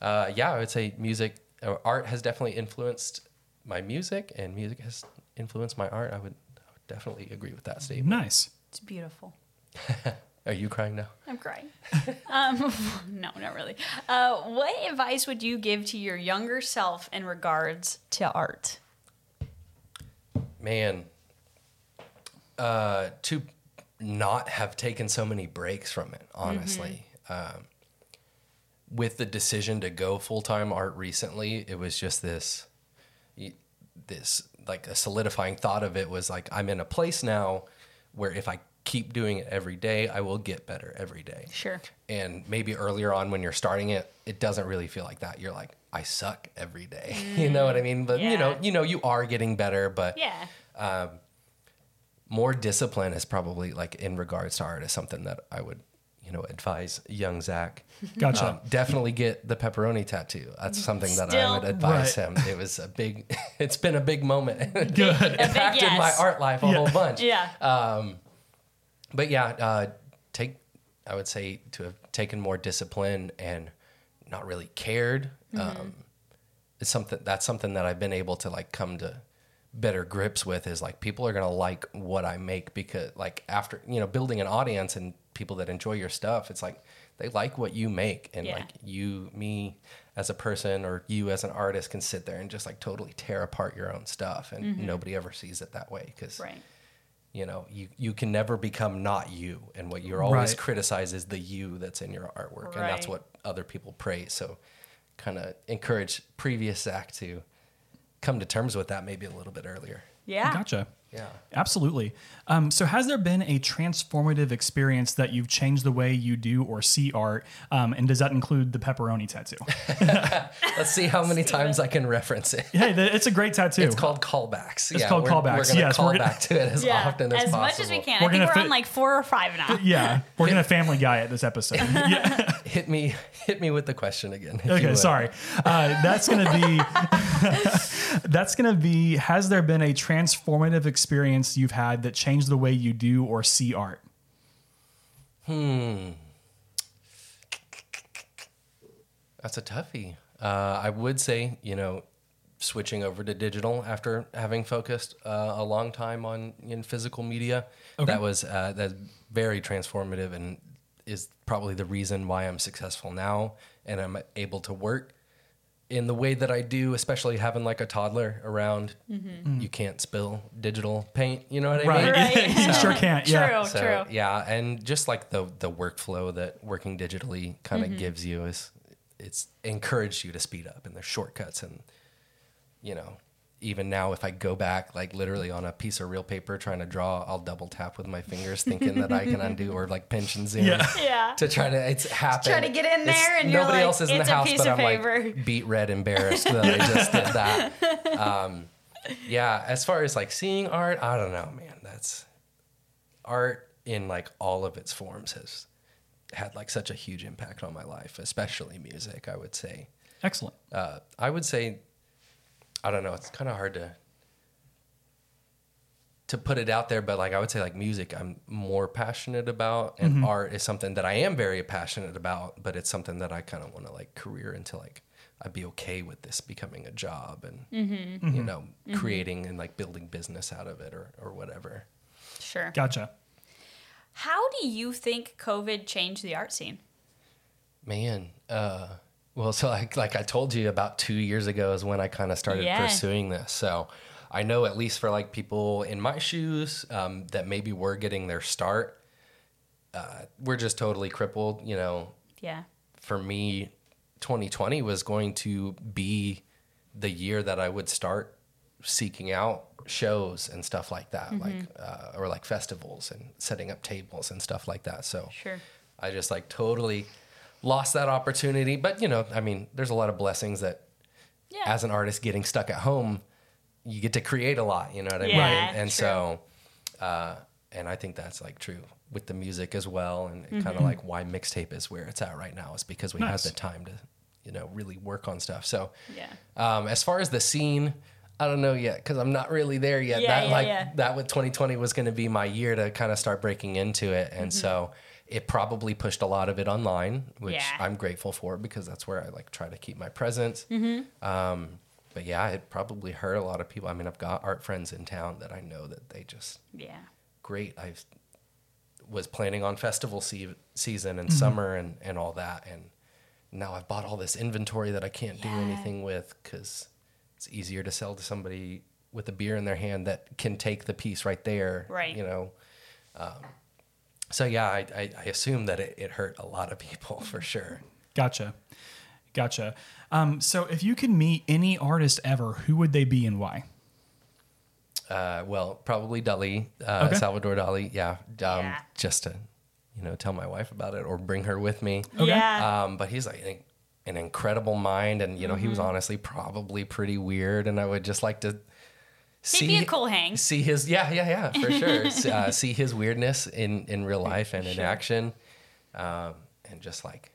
S4: uh, yeah, I would say music or art has definitely influenced my music, and music has influenced my art. I would, I would definitely agree with that statement.
S2: Nice.
S3: It's beautiful.
S4: Are you crying now?
S3: I'm
S4: *laughs*
S3: crying. um, *laughs* no, not really. Uh, what advice would you give to your younger self in regards to art?
S4: man, uh, to not have taken so many breaks from it, honestly.
S3: Mm-hmm.
S4: Um, with the decision to go full time art recently, it was just this, y- this like a solidifying thought of it was like, I'm in a place now where if I keep doing it every day, I will get better every day
S3: Sure.
S4: and maybe earlier on when you're starting it it doesn't really feel like that you're like i suck every day *laughs* you know what i mean but you know
S3: Mm. Yeah.
S4: you know you are getting better but
S3: Yeah.
S4: more discipline is probably like in regards to art is something that i would you know advise young zach
S2: *laughs* Gotcha.
S4: Um, definitely get the pepperoni tattoo that's something that i
S3: Still-
S4: would advise
S2: Right.
S4: him it was a big *laughs* it's been a big moment *laughs*
S2: Good.
S3: A big
S4: impacted my
S3: yes.
S4: art Uh, life a whole bunch
S3: Yeah.
S4: but yeah, uh, take I would say to have taken more discipline and not really cared.
S3: Mm-hmm.
S4: Um, it's something that's something that I've been able to like come to better grips with is like people are gonna like what I make because like after you know building an audience and people that enjoy your stuff, it's like they like what you make and
S3: Yeah.
S4: like you me as a person or you as an artist can sit there and just like totally tear apart your own stuff and nobody ever sees it that way because
S3: Mm-hmm. right.
S4: you know you, you can never become not you and what you're always
S2: Right.
S4: criticized is the you that's in your artwork and that's
S3: Right.
S4: what other people praise so kind of encourage previous zach to come to terms with that maybe a little bit earlier
S3: Yeah.
S2: Gotcha.
S4: yeah
S2: Absolutely. Um, so, has there been a transformative experience that you've changed the way you do or see art? Um, and does that include the pepperoni
S4: *laughs*
S2: tattoo?
S4: let's see
S3: *laughs*
S4: how many times i can reference
S2: *laughs*
S4: it
S2: hey, th- it's a great tattoo.
S4: it's called callbacks it's
S2: called
S4: we're,
S2: callbacks,
S4: we're gonna
S2: yes,
S4: call
S2: we're gonna-
S4: back to it
S3: *laughs*
S4: as
S3: Yeah.
S4: often as,
S3: as
S4: possible
S3: much as we can.
S2: We're
S3: I think
S2: gonna
S3: we're
S2: fit-
S3: on like four or five now. *laughs*
S2: yeah, we're
S4: *laughs*
S2: gonna Family Guy at this episode. Yeah.
S4: hit me hit me with the question again if you
S2: *laughs* Okay,
S4: would.
S2: sorry. Uh, that's gonna be *laughs* that's gonna be. Has there been a transformative experience you've had that changed the way you do or see art?
S4: That's a toughie. Uh, I would say, you know, switching over to digital after having focused uh, a long time on in physical media, that was uh, that's very transformative and is probably the reason why I'm successful now and I'm able to work in the way that I do, especially having like a toddler around, you can't spill digital paint. You know what I mean?
S2: Right.
S3: Right.
S2: *laughs* you sure can't.
S3: True,
S2: Yeah.
S4: So
S3: true.
S4: yeah, and just like the the workflow that working digitally kind
S3: Mm-hmm.
S4: of gives you is it's encouraged you to speed up and there's shortcuts and you know even now if I go back like literally on a piece of real paper trying to draw, I'll double tap with my fingers thinking that I
S3: *laughs*
S4: can undo or like pinch and zoom. *laughs*
S2: Yeah.
S3: Yeah.
S4: To try to, it's happened.
S3: to get in
S4: It's-
S3: there and you're
S4: nobody
S3: like,
S4: else is in
S3: "It's
S4: the
S3: a
S4: house,
S3: piece
S4: but
S3: of
S4: I'm
S3: paper."
S4: like beat red, embarrassed that I just
S3: *laughs*
S4: did that. Um, yeah, as far as like seeing art, I don't know, man. That's art in like all of its forms has had like such a huge impact on my life, especially music. I would say.
S2: Excellent.
S4: Uh, I would say, I don't know. It's kind of hard to to put it out there, but like I would say, like music, I'm more passionate about, and art is something that I am very passionate about. But it's something that I kind of want to like career into, like I'd be okay with this becoming a job and you know creating and like building business out of it or or whatever.
S3: Sure.
S2: Gotcha.
S3: How do you think COVID changed the art scene?
S4: Man, uh, well, *laughs* so like like I told you about two years ago is when I kind of started
S3: Yeah.
S4: pursuing this. So I know at least for like people in my shoes um, that maybe were getting their start, uh, we're just totally crippled. You know,
S3: Yeah.
S4: for me, 2020 was going to be the year that I would start seeking out shows and stuff like that, like uh,
S3: Mm-hmm.
S4: or like festivals and setting up tables and stuff like that. So
S3: Sure.
S4: I just like totally lost that opportunity. But you know, I mean, there's a lot of blessings that
S3: Yeah.
S4: as an artist getting stuck at home, you get to create a lot. You know what I mean?
S3: Yeah,
S4: And, and
S3: true.
S4: so, uh, and I think that's like true with the music as well. And kind of
S3: Mm-hmm.
S4: like why mixtape is where it's at right now is because we
S2: Nice.
S4: had the time to, you know, really work on stuff. So,
S3: Yeah.
S4: um, as far as the scene, I don't know yet because I'm not really there yet.
S3: Yeah,
S4: that
S3: yeah,
S4: like
S3: yeah.
S4: that with 2020 was going to be my year to kind of start breaking into it,
S3: Mm-hmm.
S4: and so it probably pushed a lot of it online, which
S3: Yeah.
S4: I'm grateful for because that's where I like try to keep my presence.
S3: Mm-hmm.
S4: Um, but yeah, it probably hurt a lot of people. I mean, I've got art friends in town that I know that they just
S3: Yeah.
S4: great. I was planning on festival se- season
S3: Mm-hmm.
S4: and summer and, and all that. And now I've bought all this inventory that I can't do
S3: Yeah.
S4: anything with because it's easier to sell to somebody with a beer in their hand that can take the piece right there.
S3: Right.
S4: You know? Um, so yeah, I, I, I assume that it, it hurt a lot of
S3: *laughs*
S4: people for sure.
S2: Gotcha. Gotcha. Um, so if you could meet any artist ever, who would they be and why?
S4: Uh, well, probably Dali, uh,
S2: Okay.
S4: Salvador Dali. Yeah. Um,
S3: Yeah.
S4: Just to, you know, tell my wife about it or bring her with me.
S2: Okay.
S3: Yeah.
S4: Um, but he's like an- an incredible mind, and you know he was
S3: Mm-hmm.
S4: honestly probably pretty weird, and I would just like to see
S3: He'd be a cool hang.
S4: see his yeah yeah yeah for
S3: *laughs*
S4: sure S- uh, see his weirdness in in real life and in action, um, and just like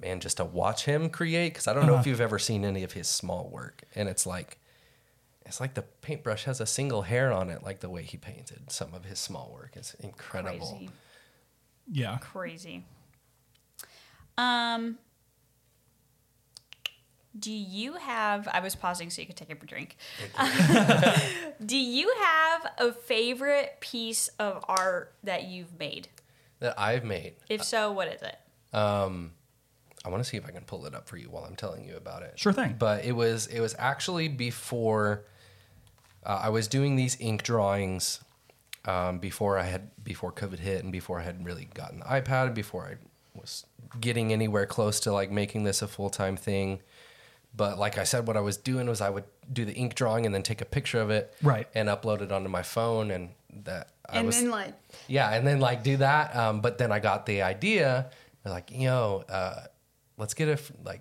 S4: man, just to watch him create because I don't
S3: Uh-huh.
S4: know if you've ever seen any of his small work, and it's like. It's like the paintbrush has a single hair on it, like the way he painted some of his small work. It's incredible.
S3: Crazy.
S2: Yeah.
S3: Crazy. Um. Do you have? I was pausing so you could take a drink. *laughs* Do you have a favorite piece of art that you've made?
S4: That I've made.
S3: If so, what is it?
S4: I want to see if I can pull it up for you while I'm telling you about it.
S2: Sure thing.
S4: But it was it was actually before uh, I was doing these ink drawings um, before I had before COVID hit and before I had really gotten the iPad and before I was getting anywhere close to like making this a full time thing. But like I said, what I was doing was I would do the ink drawing and then take a picture of it,
S2: Right.
S4: and upload it onto my phone, and that I was
S3: like,
S4: yeah, and then like do that. Um, but then I got the idea, I was like, yo, uh, let's get a f- like,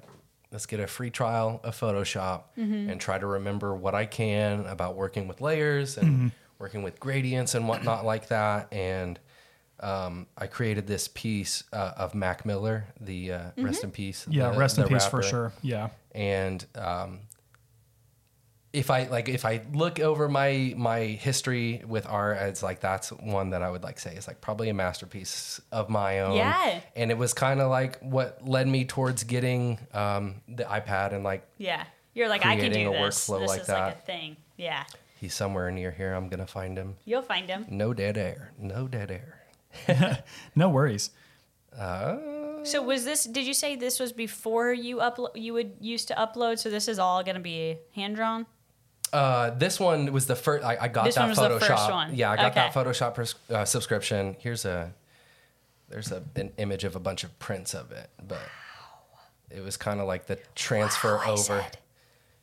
S4: let's get a free trial of Photoshop and try to remember what I can about working with layers and
S2: Mm-hmm.
S4: working with gradients and whatnot like that. And um, I created this piece uh, of Mac Miller, the uh, rest in peace.
S2: Yeah.
S4: the-
S2: rest in
S4: the
S2: peace for
S4: rapper
S2: sure. Yeah.
S4: and um, if I like if I look over my my history with art, it's like that's one that I would like say is like probably a masterpiece of my own.
S3: Yeah.
S4: And it was kind of like what led me towards getting um, the iPad and like
S3: yeah. You're like, I can
S4: Creating
S3: do
S4: a
S3: this.
S4: workflow
S3: This
S4: like
S3: is like
S4: that.
S3: a thing. Yeah.
S4: he's somewhere near here. I'm gonna find him.
S3: You'll find him.
S4: No dead air. No dead air.
S2: No worries.
S4: Uh,
S3: So was this? Did you say this was before you upload? You would used to upload. So this is all going to be hand drawn.
S4: Uh, this one was the first. I, I got
S3: This
S4: that
S3: one was the
S4: Photoshop.
S3: first one.
S4: Yeah, I got that
S3: Okay.
S4: Photoshop pres- uh, subscription. Here's a there's a, an image of a bunch of prints of it, but it was kind of like the transfer
S3: I
S4: over,
S3: said.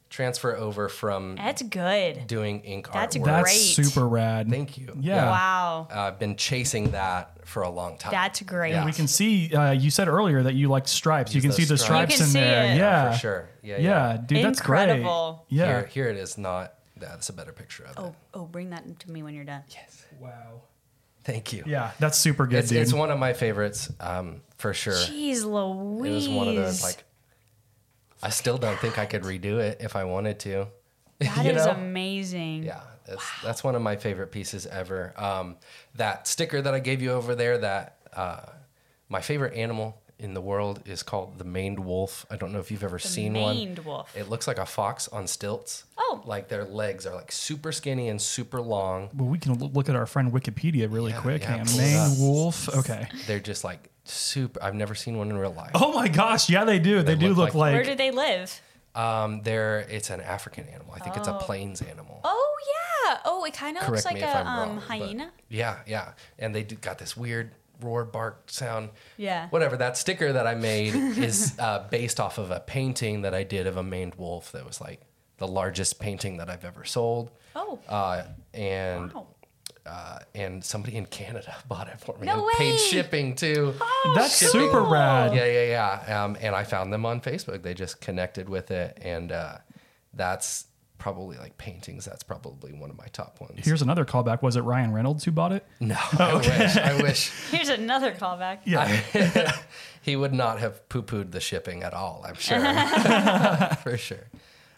S4: transfer over from
S3: That's good.
S4: doing ink
S3: That's
S4: artwork.
S2: That's
S3: Great.
S2: super rad.
S4: Thank you.
S2: Yeah.
S3: Wow,
S4: Uh, I've been chasing that for a long time.
S3: that's great.
S4: Yeah.
S2: We can see. Uh, you said earlier that you liked stripes. You
S4: Use
S2: can
S4: those
S2: see the stripes
S4: stripes.
S3: You can
S2: in
S3: see
S2: there.
S3: it.
S2: Yeah,
S4: for sure. Yeah,
S2: Yeah, dude, that's great.
S3: Incredible.
S2: Yeah.
S4: Here, here it is. Not that's a better picture of
S3: Oh,
S4: it.
S3: oh, bring that to me when you're done.
S2: Wow.
S4: Thank you.
S2: Yeah, that's super good,
S4: it's,
S2: dude.
S4: it's one of my favorites um, for sure.
S3: Jeez Louise.
S4: It was one of those like. *laughs* I still don't think I could redo it if I wanted to. *laughs*
S3: That
S4: you
S3: is
S4: know?
S3: amazing.
S4: Yeah, that's that's one of my favorite pieces ever. Um, that sticker that I gave you over there, that uh, my favorite animal in the world is called the maned wolf. I don't know if you've ever seen
S3: maned
S4: one.
S3: wolf.
S4: It looks like a fox on stilts.
S3: Oh.
S4: like their legs are like super skinny and super long.
S2: well, we can l- look at our friend Wikipedia really
S4: Yeah,
S2: quick.
S4: yeah,
S2: Yeah,
S4: pull it up.
S2: Maine wolf. Okay.
S4: They're just like super. I've never seen one in real life.
S2: Oh my gosh. Yeah, they do. They, do look,
S4: look
S2: like.
S3: Where do they live?
S4: Um, they're it's an African animal. I think it's a plains animal.
S3: Oh yeah. Oh, it kind of looks
S4: Correct
S3: like
S4: me
S3: a
S4: if I'm
S3: um,
S4: wrong. but-
S3: hyena.
S4: Yeah, yeah. And they do, got this weird roar bark sound.
S3: Yeah.
S4: Whatever. That sticker that I made is *laughs* uh, based off of a painting that I did of a maned wolf that was like the largest painting that I've ever sold.
S3: Oh.
S4: Uh, and.
S3: Wow.
S4: Uh, and somebody in Canada *laughs* bought it for me
S3: No
S4: and paid
S3: way. Oh,
S4: shipping too.
S2: That's super rad.
S4: Yeah, yeah, yeah. Um, and I found them on Facebook. They just connected with it, and uh, that's probably like paintings. That's probably one of my top ones.
S2: Here's another callback. Was it Ryan Reynolds who bought
S4: *laughs*
S2: it?
S4: no, I wish. I wish
S3: Here's another callback.
S2: Yeah.
S4: he would not have poo pooed the shipping at all.
S3: *laughs*
S4: I'm sure, *laughs* for sure.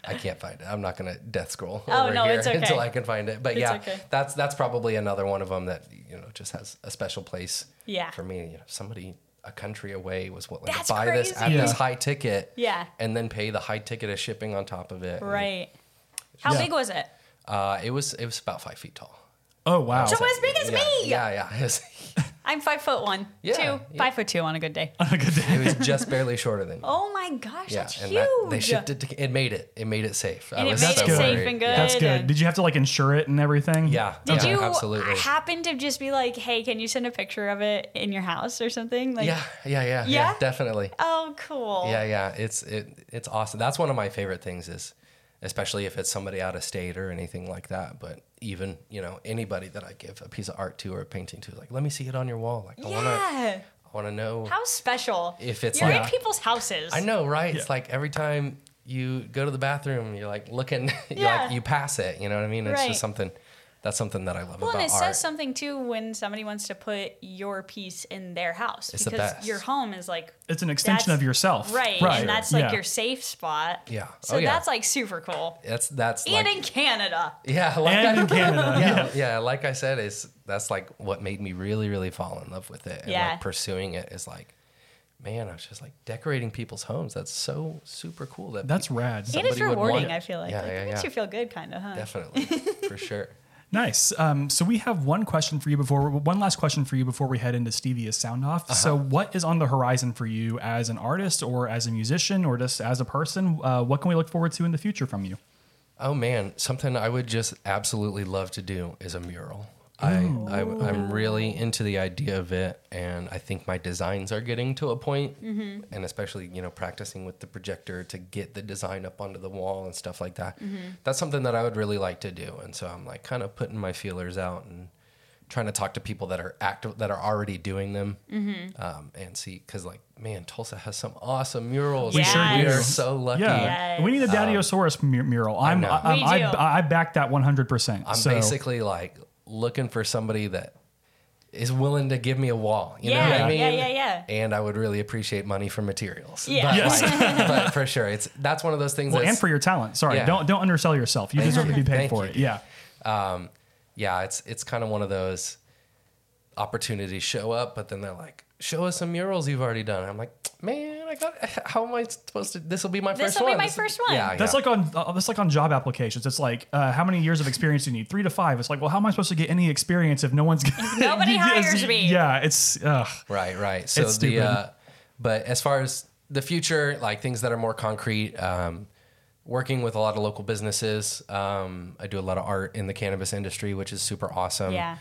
S4: I can't find it. I'm not gonna death scroll
S3: Oh,
S4: over
S3: no,
S4: here *laughs*
S3: it's okay.
S4: until I can find it. But
S3: It's
S4: yeah,
S3: okay.
S4: that's that's probably another one of them that you know just has a special place.
S3: Yeah.
S4: For me, you know, somebody a country away was willing
S3: That's
S4: to buy this at
S3: crazy.
S4: this
S2: Yeah.
S4: high ticket.
S3: Yeah.
S4: And then pay the high ticket of shipping on top of it. And,
S3: Right. How
S2: Yeah.
S3: big was it?
S4: Uh, it was it was about five feet tall.
S2: Oh wow.
S3: So as big as
S4: yeah,
S3: me.
S4: Yeah, yeah. *laughs* It was,
S3: I'm five foot one.
S4: Yeah,
S3: two.
S4: yeah.
S3: Five foot two on a good day.
S4: it was just barely shorter
S3: *laughs*
S4: than. you.
S3: Oh my gosh,
S4: Yeah,
S3: that's
S4: and
S3: huge.
S4: that, they shipped it. To, it made it. It made it safe. I
S3: And it
S4: was
S3: made
S4: so
S3: it safe
S4: worried.
S3: and
S4: Yeah.
S2: *laughs*
S3: good.
S2: That's good.
S3: and-
S2: Did you have to like insure it and everything?
S4: Yeah.
S3: Did
S4: yeah,
S3: you
S4: absolutely?
S3: happen to just be like, hey, can you send a picture of it in your house or something? Like,
S4: yeah, yeah, yeah, yeah,
S3: Yeah?
S4: Definitely.
S3: oh, cool.
S4: Yeah, yeah. It's it. It's awesome. That's one of my favorite things is, especially if it's somebody out of state or anything like that. But even you know anybody that I give a piece of art to or a painting to, like, let me see it on your wall. Like, I wanna, I
S3: Yeah.
S4: wanna know.
S3: How special.
S4: If it's
S3: You're in
S4: like-
S3: people's houses.
S4: I know, right? It's
S2: Yeah.
S4: like every time you go to the bathroom, you're like looking. *laughs* you
S3: Yeah.
S4: like you pass it. You know what I mean? It's
S3: Right.
S4: just something. That's something that I love
S3: Well,
S4: about
S3: and it
S4: art.
S3: says something too when somebody wants to put your piece in their house
S4: It's the
S3: because
S4: best.
S3: your home is like
S2: It's an extension
S3: that's-
S2: of yourself.
S3: right, and that's like
S2: Yeah.
S3: your safe spot.
S4: Yeah.
S3: So
S4: Oh, yeah.
S3: that's like super cool.
S4: That's that's
S3: And
S4: like,
S3: in Canada,
S4: *laughs* yeah, like
S2: And
S4: I-
S2: in Canada.
S4: *laughs* yeah, yeah. Like I said, is that's like what made me really, really fall in love with it and
S3: Yeah.
S4: like pursuing it is like, man, I was just like decorating people's homes. That's so super cool. That
S2: That's rad.
S3: it is
S4: Somebody would want
S3: rewarding.
S4: it.
S3: I feel like,
S4: Yeah,
S3: Like,
S4: yeah,
S3: it makes
S4: yeah.
S3: you feel good, kind of, huh?
S4: definitely for sure.
S2: Nice. Um, so we have one question for you before one last question for you before we head into Stevie's sound off.
S4: Uh-huh.
S2: So what is on the horizon for you as an artist or as a musician or just as a person? Uh, what can we look forward to in the future from you?
S4: Oh man, something I would just absolutely love to do is a mural. I, I I'm really into the idea of it, and I think my designs are getting to a point, and especially you know practicing with the projector to get the design up onto the wall and stuff like that. That's something that I would really like to do, and so I'm like kind of putting my feelers out and trying to talk to people that are active that are already doing them, um, and see because like man, Tulsa has some awesome murals.
S3: We sure
S4: We
S3: do.
S4: are so lucky. Um,
S2: Yeah. We need a Dadiosaurus mu- mural. I'm,
S4: know.
S2: I, I'm,
S3: We
S2: I,
S3: do.
S2: I back that 100%.
S4: I'm
S2: so,
S4: basically like looking for somebody that is willing to give me a wall. You
S3: Yeah,
S4: know what I mean?
S3: yeah, yeah, yeah.
S4: And I would really appreciate money for materials.
S3: Yeah.
S4: But,
S2: Yes.
S3: *laughs*
S4: like, but for sure, it's that's one of those things.
S2: well,
S4: that's,
S2: and for your talent. Sorry.
S4: Yeah.
S2: Don't, don't undersell yourself. You deserve to be paid
S4: Thank
S2: for
S4: you.
S2: it. Yeah.
S4: yeah, it's it's kind of one of those opportunities show up, but then they're like, "Show us some murals you've already done." I'm like, "Man, I got. *laughs* How am I supposed to? This will be my first
S3: This'll be
S4: one.
S3: my
S4: This-
S3: first one.
S4: Yeah,
S2: That's
S4: yeah.
S2: like on uh, that's like on job applications. It's like uh, how many years of experience do you need? Three to five. It's like, well, how am I supposed to get any *laughs* experience if no one's
S3: nobody hires me.
S2: Yeah, it's ugh.
S4: Right, right. So
S2: It's
S4: the
S2: stupid.
S4: uh, But as far as the future, like things that are more concrete, um, working with a lot of local businesses. Um, I do a lot of art in the cannabis industry, which is super awesome.
S3: Yeah.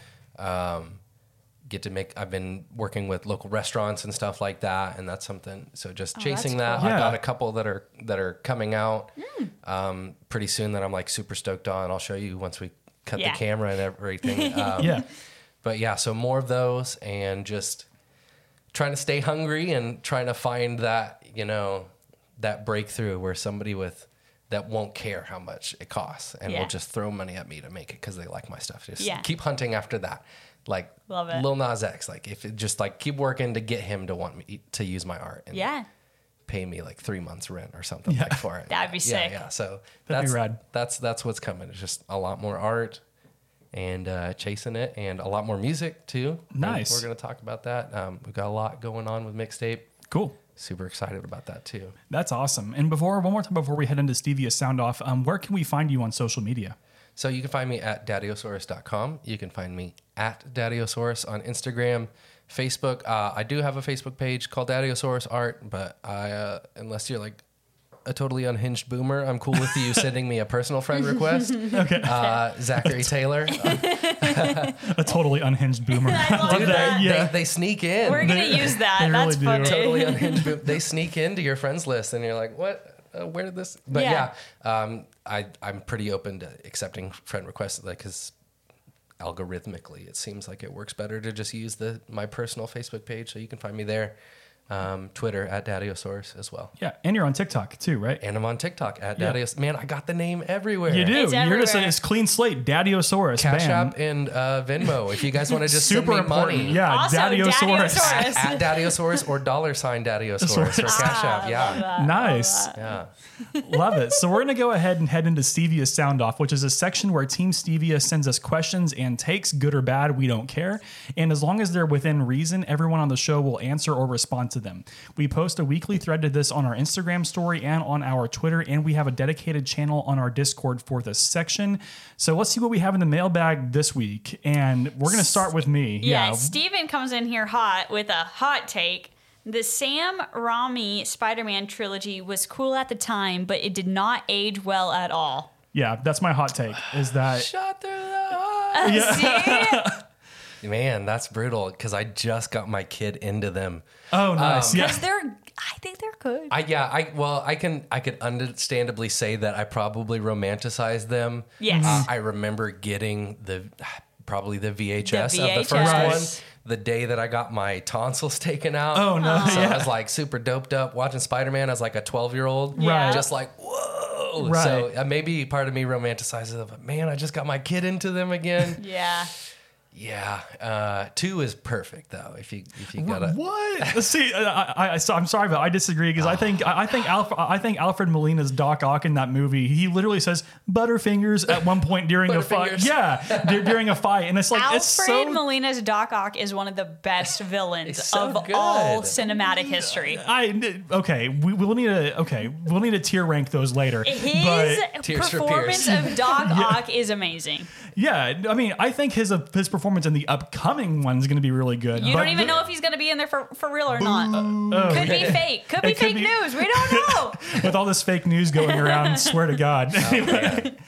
S4: Get to make. I've been working with local restaurants and stuff like that, and that's something. So just chasing that.
S3: Oh, that's
S2: cool.
S4: I've got
S2: Yeah.
S4: a couple that are that are coming out
S3: Mm.
S4: um, pretty soon that I'm like super stoked on. I'll show you once we cut
S3: Yeah.
S4: the camera
S3: *laughs*
S4: and everything. Um,
S2: yeah.
S4: but yeah, so more of those and just trying to stay hungry and trying to find that, you know, that breakthrough where somebody with that won't care how much it costs and
S3: Yeah.
S4: will just throw money at me to make it because they like my stuff. Just
S3: Yeah.
S4: keep hunting after that. Like
S3: Love it.
S4: Lil Nas X, like if it just like keep working to get him to want me to use my art and
S3: Yeah.
S4: pay me like three months rent or something like for it.
S3: That'd be
S4: Yeah,
S3: sick.
S4: Yeah, so
S2: That'd be
S4: that's
S2: rad.
S4: that's that's what's coming. It's just a lot more art and uh, chasing it, and a lot more music too. And
S2: Nice.
S4: We're gonna talk about that. Um, we've got a lot going on with mixtape.
S2: Cool.
S4: Super excited about that too.
S2: That's awesome. And before, one more time before we head into Stevia's sound off, um, where can we find you on social media?
S4: So you can find me at daddyosaurus.com. You can find me at daddyosaurus on Instagram, Facebook. Uh, I do have a Facebook page called Daddyosaurus Art, but I, uh, unless you're like a totally unhinged boomer, I'm cool with you sending me a personal friend request. okay. Uh, Zachary Taylor. Uh,
S2: A totally unhinged boomer.
S3: *laughs* I love
S4: dude,
S3: that.
S4: they,
S2: Yeah.
S4: they, they sneak
S3: *laughs*
S4: in.
S3: We're gonna use that.
S2: they really
S3: That's
S2: do. *laughs*
S3: funny. *laughs*
S4: totally unhinged. But they sneak into your friends list, and you're like, "What? Uh, where did this?" But
S3: Yeah.
S4: yeah, um, I I'm pretty open to accepting friend requests, like because algorithmically, it seems like it works better to just use the my personal Facebook page, so you can find me there, um, Twitter at Daddyosaurus as well,
S2: yeah. And you're on TikTok too, right?
S4: and I'm on TikTok at
S2: Yeah.
S4: Daddyosaurus. Man, I got the name everywhere.
S2: You do.
S3: It's
S2: You're just
S3: everywhere.
S2: it's clean slate, Daddyosaurus.
S4: Cash
S2: bam.
S4: App and uh, Venmo if you guys want to just
S2: Super
S4: send me
S2: important.
S4: money.
S2: Yeah,
S3: Also,
S2: Daddyosaurus. *laughs*
S3: Daddyosaurus.
S4: At, at Daddyosaurus or dollar sign Daddyosaurus or Cash App.
S3: Love
S4: Yeah.
S2: *laughs*
S3: that.
S2: Nice.
S4: Yeah.
S2: Love it. So we're going to go ahead and head into Stevia's Sound Off, which is a section where Team Stevia sends us questions and takes, good or bad, we don't care. And as long as they're within reason, everyone on the show will answer or respond to them. We post a weekly thread to this on our Instagram story and on our Twitter, and we have a dedicated channel on our Discord for this section. So let's see what we have in the mailbag this week. And we're going to start with me.
S3: Yeah, Steven comes in here hot with a hot take. The Sam Raimi Spider Man trilogy was cool at the time, but it did not age well at all.
S2: Yeah, that's my hot take is that
S4: Shot through the
S3: *laughs*
S4: heart.
S2: *laughs*
S3: See?
S4: Man, that's brutal because I just got my kid into them.
S2: Oh, nice. yeah.
S3: They're, I think they're good.
S4: I yeah, I well, I can I could understandably say that I probably romanticized them.
S3: Yes.
S4: Uh, I remember getting the probably the VHS, of the first
S3: VHS.
S4: one the day that I got my tonsils *laughs* taken out.
S2: Oh, no.
S4: So
S2: Yeah.
S4: I was like super doped up watching Spider-Man as like a 12-year-old.
S3: Yeah.
S4: Just like, whoa.
S2: Right.
S4: So uh, maybe part of me romanticizes it, but man, I just got my kid into them again.
S3: Yeah.
S4: Yeah, uh, two is perfect though. If you if you gotta,
S2: What? *laughs* See, uh, I, I, I, so I'm sorry, but I disagree because I think I, I think Alfred, I think Alfred Molina's Doc Ock in that movie. He literally says "Butterfingers" at one point during a fight.
S4: Butterfingers.
S2: Yeah, dur- during a fight, and it's like
S3: Alfred
S2: it's so.
S3: Molina's Doc Ock is one of the best villains
S4: He's so
S3: of
S4: good.
S3: all cinematic history.
S2: I okay. We, we'll need a okay. We'll need to tier rank those later.
S3: His
S2: but
S4: Tears for
S3: performance
S2: *laughs*
S3: of Doc Ock is amazing.
S2: yeah, I mean, I think his uh, his performance in the upcoming one's going to be really good.
S3: You
S2: but
S3: don't even
S2: the- Oh.
S3: know if he's going to be in there for, for real or not. could be fake. Could
S2: *laughs*
S3: be
S2: It could
S3: fake
S2: be-
S3: news. We
S2: *laughs*
S3: don't know.
S2: with all this fake news going
S3: *laughs*
S2: around. swear to God. Anyway. *laughs*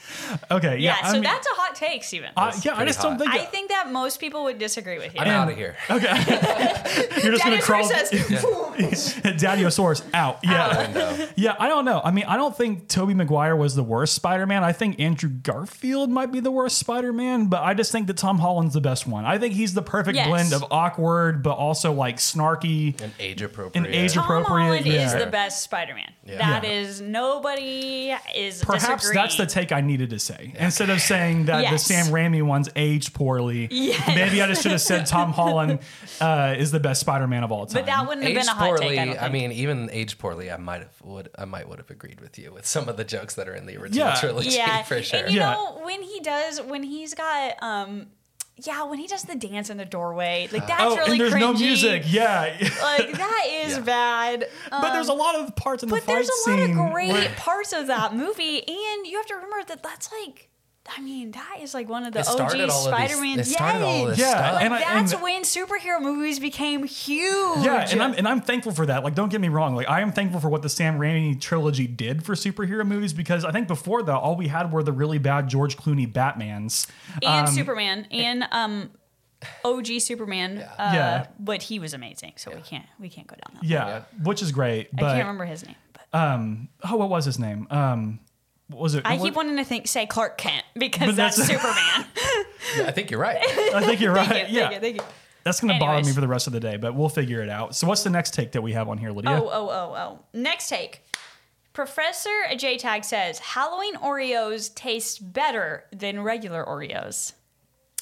S2: okay. Yeah.
S3: yeah,
S2: I
S3: so
S2: mean,
S3: that's a hot take, Steven. I,
S2: I, yeah, I
S4: pretty
S2: just don't
S4: hot.
S2: think
S3: think that most people would disagree with you.
S4: I'm out of
S2: *laughs*
S4: here.
S2: you're just going to
S3: Dennis
S2: crawl.
S3: says,
S2: *laughs* Daddyosaurus out. Yeah.
S4: *laughs* Window.
S2: Yeah, I don't know. I mean, I don't think Toby Maguire was the worst Spider-Man. I think Andrew Garfield might be the worst Spider-Man, but I just think that Tom Holland's the best one. I think he's the perfect
S3: Yes.
S2: blend of awkward but also like snarky.
S4: An age appropriate.
S2: An age-
S3: Tom
S2: appropriate,
S3: Holland is
S2: yeah.
S3: the best Spider-Man. That is
S2: Yeah.
S3: nobody is
S2: Perhaps
S3: disagreeing.
S2: that's the take I needed to say. Instead of saying that the
S3: Yes.
S2: Sam Raimi one's aged poorly,
S3: Yes.
S2: maybe I just should have said Tom Holland uh, is the best Spider-Man of all time.
S3: but that wouldn't have
S4: Aged
S3: been a hot
S4: poorly.
S3: take. I,
S4: I,
S3: don't think.
S4: mean, *laughs* even age poorly, I might have would I might would have agreed with you with some of the jokes that are in the original
S2: Yeah.
S4: trilogy
S3: yeah,
S4: for sure.
S3: And you
S2: Yeah.
S3: know when he does, when he's got, um, yeah, when he does the dance in the doorway, like that's
S2: oh,
S3: really
S2: and there's
S3: cringy.
S2: no music. Yeah. *laughs*
S3: Like that is
S4: Yeah.
S3: bad.
S2: but there's a lot of parts in the
S3: Um, But
S2: fight
S3: there's a
S2: scene
S3: lot of great
S2: where-
S3: parts of that movie, and you have to remember that that's like I mean, that is like one of the
S4: It started
S3: OG
S4: all of these-
S3: Spider-Man.
S4: it started all of this
S2: Yeah,
S4: stuff.
S3: Like,
S2: and I-
S3: that's
S2: and-
S3: when superhero movies became huge.
S2: Yeah, and I'm and I'm thankful for that. Like, don't get me wrong. Like, I am thankful for what the Sam Raimi trilogy did for superhero movies because I think before that, all we had were the really bad George Clooney Batmans.
S3: and Superman and um OG Superman. Uh,
S2: Yeah.
S3: but he was amazing, so we can't we can't go down that.
S2: Yeah,
S4: Yeah.
S2: which is great. But
S3: I can't remember his name. But
S2: oh, what was his name? Um, what was it?
S3: I
S2: what-
S3: keep wanting to think say Clark Kent because
S2: But *laughs*
S3: that's,
S2: that's-
S3: Superman.
S4: I think you're right.
S2: I think
S3: *laughs*
S2: you're right.
S3: thank you,
S2: yeah,
S3: thank you, thank you.
S2: that's gonna bother me
S3: Anyways.
S2: for the rest of the day, but we'll figure it out. So, what's the next take that we have on here, Lydia?
S3: Oh, oh, oh, oh. Next take. Professor J Tag says Halloween Oreos taste better than regular Oreos.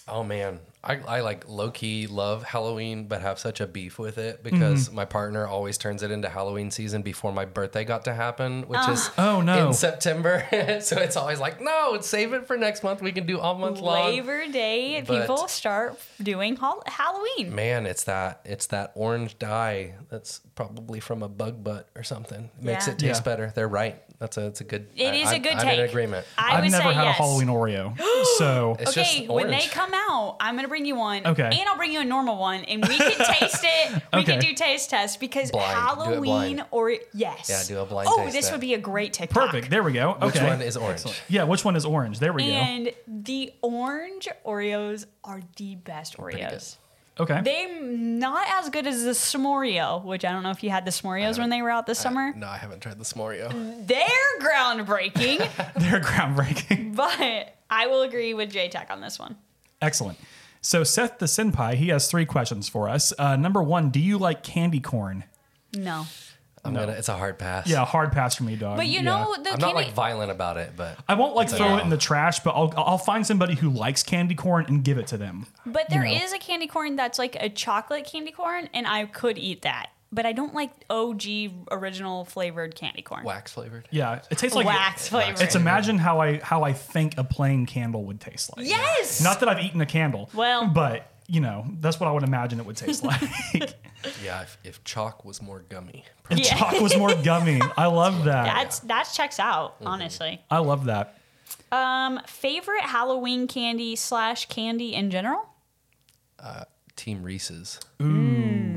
S4: Oh man, I, I like low key love Halloween, but have such a beef with it because my partner always turns it into Halloween season before my birthday got to happen, which is
S2: Oh, no.
S4: in September. *laughs* so it's always like, no, save it for next month. We can do all month long.
S3: Labor Day,
S4: but-
S3: people start doing hol- Halloween.
S4: Man, it's that it's that orange dye that's probably from a bug butt or something makes
S3: Yeah.
S4: it taste
S2: Yeah.
S4: better. They're right. That's a it's a good.
S3: It is
S4: a
S3: a good
S4: I'm
S3: take.
S4: in agreement.
S3: I
S2: I've
S3: would
S2: never
S3: say
S2: had
S3: yes.
S2: a Halloween
S3: *gasps*
S2: Oreo, so
S4: It's just
S3: okay, when they
S4: orange.
S3: come out, I'm gonna bring you one.
S2: Okay.
S3: And I'll bring you a normal one, and
S2: *laughs*
S3: we can taste it. We can
S2: Okay.
S3: do taste tests because
S4: Blind. Do it blind.
S3: Halloween or yes.
S4: Yeah, do a blind
S3: Oh,
S4: taste
S3: this
S4: test.
S3: would be a great TikTok.
S2: perfect. There we go. Okay.
S4: Which one is orange?
S2: yeah, which one is orange? There we
S3: And the orange Oreos are the best
S4: good.
S3: Oreos.
S2: go. Okay.
S3: They're not as good as the S'moreo, which I don't know if you had the S'moreos when they were out this summer. Mm.
S4: No, I haven't tried the s'moreo.
S3: They're
S4: *laughs*
S3: groundbreaking,
S2: *laughs* They're *laughs* groundbreaking.
S3: but I will agree with J Tech on this one.
S2: Excellent. So Seth the Senpai, he has three questions for us. Uh, number one, do you like candy corn?
S3: No.
S4: I'm gonna. It's a hard pass.
S2: Yeah, hard pass for me, dog.
S3: But you
S2: Yeah.
S3: know, the
S4: I'm
S3: candy.
S4: not like violent about it, but
S2: I won't like
S4: It's a
S2: throw
S4: no.
S2: it in the trash, but I'll I'll find somebody who likes candy corn and give it to them.
S3: But there is
S2: know.
S3: a candy corn that's like a chocolate candy corn, and I could eat that. But I don't like OG original flavored candy corn.
S4: wax flavored.
S2: Yeah, it tastes like
S3: Wax flavored.
S2: It's imagine how I how I think a plain candle would taste like.
S3: yes.
S2: Not that I've eaten a candle.
S3: Well-
S2: but you know that's what I would imagine it would taste like. *laughs*
S4: Yeah, if, if chalk was more gummy,
S2: and
S3: *laughs* Yeah.
S2: chalk was more gummy. I love
S3: *laughs*
S2: that.
S3: that's that checks out
S4: Mm-hmm.
S3: honestly.
S2: I love that.
S3: Um, favorite Halloween candy slash candy in general?
S4: Team Reese's.
S2: Reese's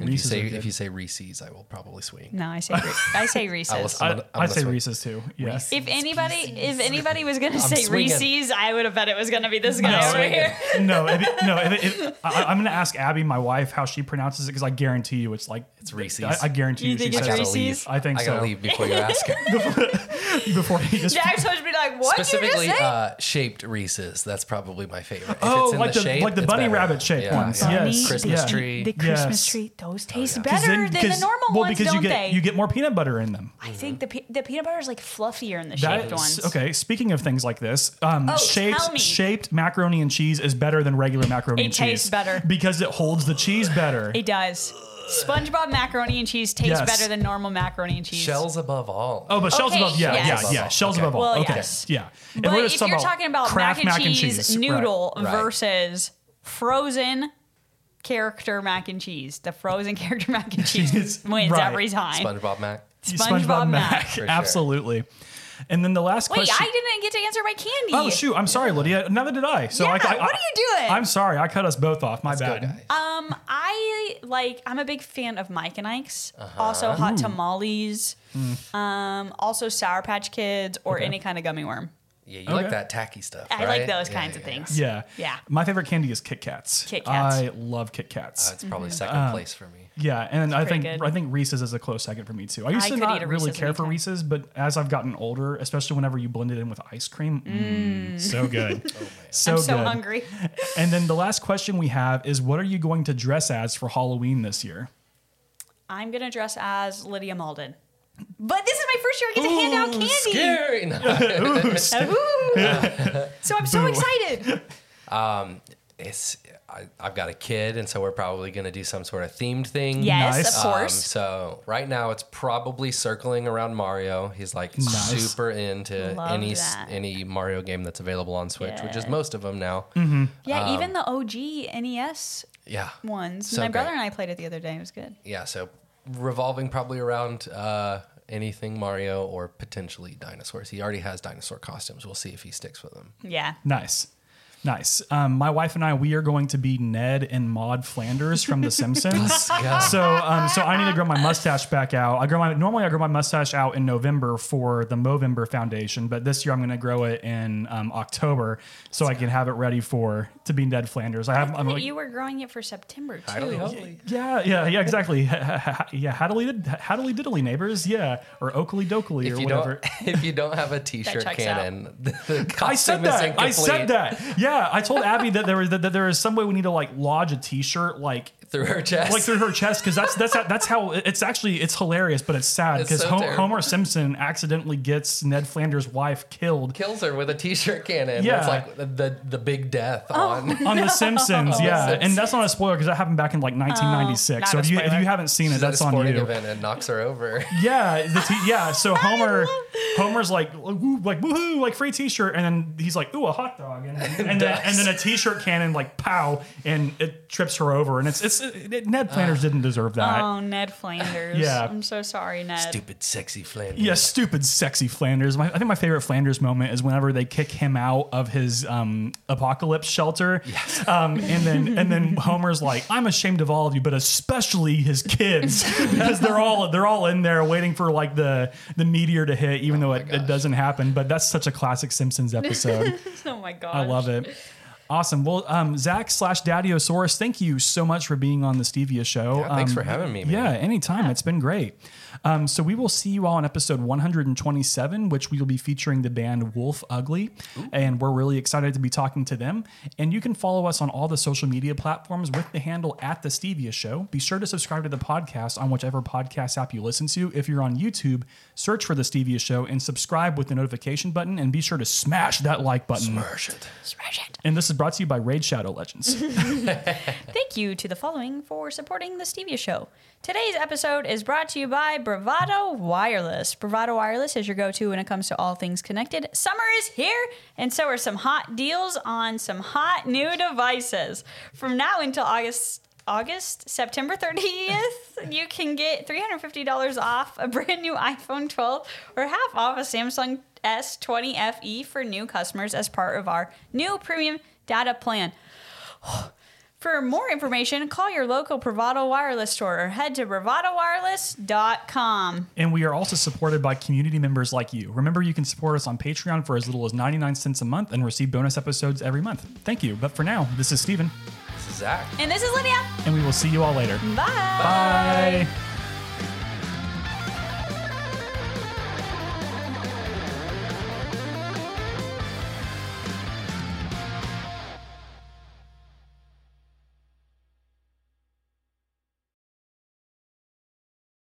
S4: If you,
S2: are
S4: say,
S2: good.
S4: if you say Reese's, I will probably swing.
S3: No, I say Re- I
S4: *laughs*
S3: say Reese's.
S4: Alice-
S2: I,
S4: I'm gonna- I'm
S2: I
S4: gonna
S2: say
S4: swing.
S2: Reese's too. Yeah.
S3: If anybody, if anybody was gonna say
S4: swinging.
S3: Reese's, I would have bet it was gonna be this guy
S2: No,
S3: over
S2: swinging.
S3: here.
S2: no, if it, no. If it, if, I, I'm gonna ask Abby, my wife, how she pronounces it because I guarantee you it's like it's
S4: Reese's.
S2: I, I guarantee you,
S3: You think
S2: she
S3: it's
S2: says it.
S3: Reese's?
S2: I think
S4: I gotta
S2: so.
S4: leave before you
S3: *laughs*
S4: ask her.
S2: before he just
S3: Jack's supposed to be like, "What you just
S4: Specifically,
S3: say?"
S4: uh, shaped Reese's. That's probably my favorite. If
S2: Oh,
S4: it's in
S2: like the-
S4: shape,
S2: like the
S4: it's
S2: bunny
S4: better.
S2: rabbit shaped
S4: Yeah,
S2: ones.
S4: yeah.
S2: Yes.
S4: Christmas
S2: Yeah.
S4: tree.
S3: The Christmas
S2: Yes.
S3: tree, those taste
S4: Oh, yeah.
S3: better
S2: 'Cause then-
S3: than the
S2: 'cause-
S3: normal
S2: well,
S3: ones,
S2: because
S3: don't
S2: you get
S3: they?
S2: you get more peanut butter in them.
S3: I think the pe- the peanut butter is like fluffier in the
S2: That is-
S3: shaped ones.
S2: okay. Speaking of things like this, um,
S3: Oh, tell
S2: shaped
S3: me.
S2: shaped macaroni and cheese is better than regular macaroni
S3: It
S2: and cheese.
S3: tastes better.
S2: because it holds the cheese better.
S3: It does. SpongeBob macaroni and cheese tastes
S2: Yes.
S3: better than normal macaroni and cheese.
S4: Shells above all.
S2: Oh, but shells
S3: Okay,
S2: above, yeah,
S3: yes.
S2: yeah, yeah. Shells
S4: Okay.
S2: above all.
S3: Well,
S2: okay,
S3: yes.
S2: yeah. And
S3: but
S2: we're
S3: if
S2: just
S3: you're talking about
S2: Kraft
S3: mac and cheese,
S2: right.
S3: noodle
S4: Right.
S3: versus frozen character mac and cheese, the frozen *laughs* character mac and *laughs* cheese wins
S2: Right.
S3: every time.
S4: SpongeBob Mac.
S2: *laughs*
S3: SpongeBob Mac.
S4: sure.
S2: Absolutely. And then the last
S3: Wait,
S2: question.
S3: I didn't get to answer my candy.
S2: Oh shoot! I'm sorry, Lydia. Neither did I. So
S3: Yeah,
S2: I, I,
S3: what are you doing?
S2: I'm sorry. I cut us both off. My
S4: Go,
S2: bad.
S4: guys.
S3: Um, I like. I'm a big fan of Mike and Ike's.
S4: Uh-huh.
S3: Also, hot tamales.
S2: Hmm.
S3: Um, also Sour Patch Kids or any kind of gummy worm.
S4: yeah, you
S2: okay.
S4: like that tacky stuff.
S3: I like
S4: right?
S3: those
S4: Yeah,
S3: kinds
S4: yeah,
S3: of
S4: yeah.
S3: things.
S2: Yeah.
S3: Yeah.
S2: My favorite candy is Kit Kats.
S3: Kit Kats.
S2: I love Kit Kats.
S4: That's probably second
S2: Uh,
S4: place for me.
S2: yeah, and I think
S3: pretty good.
S2: I think Reese's is a close second for me too. I used
S3: I
S2: to
S3: could eat
S2: not
S3: a
S2: really
S3: Reese's
S2: care for
S3: anytime.
S2: Reese's, but as I've gotten older, especially whenever you blend it in with ice cream, mm,
S3: *laughs*
S2: so good,
S4: Oh,
S2: so
S3: I'm
S2: good.
S3: so hungry.
S2: And then the last question we have is, what are you going to dress as for Halloween this
S3: *laughs*
S2: year?
S3: I'm gonna dress as Lydia Malden. But this is my first year I get to hand out
S4: Ooh,
S3: candy.
S4: Scary. *laughs* No.
S2: *laughs*
S3: Ooh. so I'm so excited.
S4: it's I, I've got a kid, and so we're probably going to do some sort of themed thing.
S3: Yes,
S2: Nice.
S3: of
S2: Um,
S4: Um,
S3: course.
S4: so right now it's probably circling around Mario. He's like
S2: Nice.
S4: super into
S3: Love
S4: any s-
S3: that.
S4: any Mario game that's available on Switch, which is most of them now.
S2: Mm-hmm.
S3: yeah, even the OG NES
S4: Yeah.
S3: E ones.
S4: um, So
S3: my brother
S4: great.
S3: and I played it the other day. It was good.
S4: Yeah. So revolving probably around uh, anything Mario or potentially dinosaurs. He already has dinosaur costumes. We'll see if he sticks with them.
S3: Yeah.
S2: Nice. Nice. Um, my wife and I, we are going to be Ned and Maud Flanders from The
S4: *laughs*
S2: Simpsons. So, um, so I need to grow my mustache back out. I grow my normally I grow my mustache out in November for the Movember Foundation, but this year I'm going to grow it in um, October so I can have it ready for to be Ned Flanders. I have. I'm
S3: But
S2: like,
S3: you were growing it for September too.
S4: Idly Holy.
S2: yeah, yeah, yeah, exactly. *laughs* yeah, haddly, did- haddly diddly neighbors. Yeah, or oakley dokley
S4: If
S2: or
S4: you
S2: whatever.
S4: don't, *laughs* if you don't have a T-shirt
S3: checks
S4: cannon, *laughs*
S2: I
S4: the
S2: said
S4: costume is
S2: that. I
S4: incomplete.
S2: said that. Yeah, I told Abby that there was that, that there is some way we need to like lodge a T-shirt like
S4: through her chest.
S2: like through her chest because that's that's that's how it's actually it's hilarious but it's sad
S4: It's
S2: because
S4: so terrible.
S2: Homer Simpson accidentally gets Ned Flanders' wife killed
S4: kills her with a T-shirt cannon.
S2: Yeah.
S4: it's like the the, the big death on. *laughs*
S2: on The Simpsons. yeah,
S4: Simpsons.
S2: and that's not a spoiler because that happened back in like 1996.
S3: not
S2: so
S3: a
S2: if you if
S3: spoiler.
S2: you haven't seen it,
S4: She's at a
S2: that's on
S4: sporting
S2: you.
S4: event and knocks
S2: *laughs*
S4: her over.
S2: Yeah, the t- yeah. So Homer, Homer's like, woo, like woohoo, like free T-shirt, and then he's like, ooh, a hot dog, and, and, then,
S4: ducks.
S2: and then a T-shirt cannon like pow, and it trips her over, and it's it's it, Ned Flanders didn't deserve that.
S3: Oh, Ned Flanders.
S2: Yeah.
S3: I'm so sorry, Ned.
S4: Stupid, sexy Flanders.
S2: Yeah, stupid, sexy Flanders. My, I think my favorite Flanders moment is whenever they kick him out of his um, apocalypse shelter, um, and then and then Homer's like, "I'm ashamed of all of you, but especially his
S4: *laughs*
S2: kids, because they're all they're all in there waiting for like the the meteor to hit,
S4: Oh
S2: even though it, it doesn't happen." But that's such a classic
S4: *laughs*
S2: Simpsons episode.
S3: *laughs* Oh my god.
S2: I love it. Awesome. Well, um, Zach slash Daddyosaurus, thank you so much for being on the Stevia show.
S4: Yeah, thanks
S2: Um,
S4: for having me, man.
S2: Yeah, anytime. It's been great. Um, so we will see you all in episode 127, which we will be featuring the band Wolf Ugly, and we're really excited to be talking to them. And you can follow us on all the social media platforms with the handle at the Stevia Show. Be sure to subscribe to the podcast on whichever podcast app you listen to. If you're on YouTube, search for the Stevia Show and subscribe with the notification button, and be sure to smash that like button.
S4: Smash it.
S3: Smash it.
S2: And this is brought to you by Raid Shadow Legends.
S3: Thank you to the following for supporting the Stevia Show. Today's episode is brought to you by Bravado Wireless. Bravado Wireless is your go to when it comes to all things connected. Summer is here, and so are some hot deals on some hot new devices. From now until August. August, September 30th, you can get $350 off a brand new iPhone 12 or half off a Samsung S20 FE E for new customers as part of our new premium data plan. For more information, call your local Bravado Wireless store or head to bravadowireless.com.
S2: and we are also supported by community members like you. Remember, you can support us on Patreon for as little as 99 cents a month and receive bonus episodes every month. Thank you. But for now, this is Steven,
S4: This is Zach.
S3: And this is Lydia.
S2: and we will see you all later.
S3: Bye.
S2: Bye.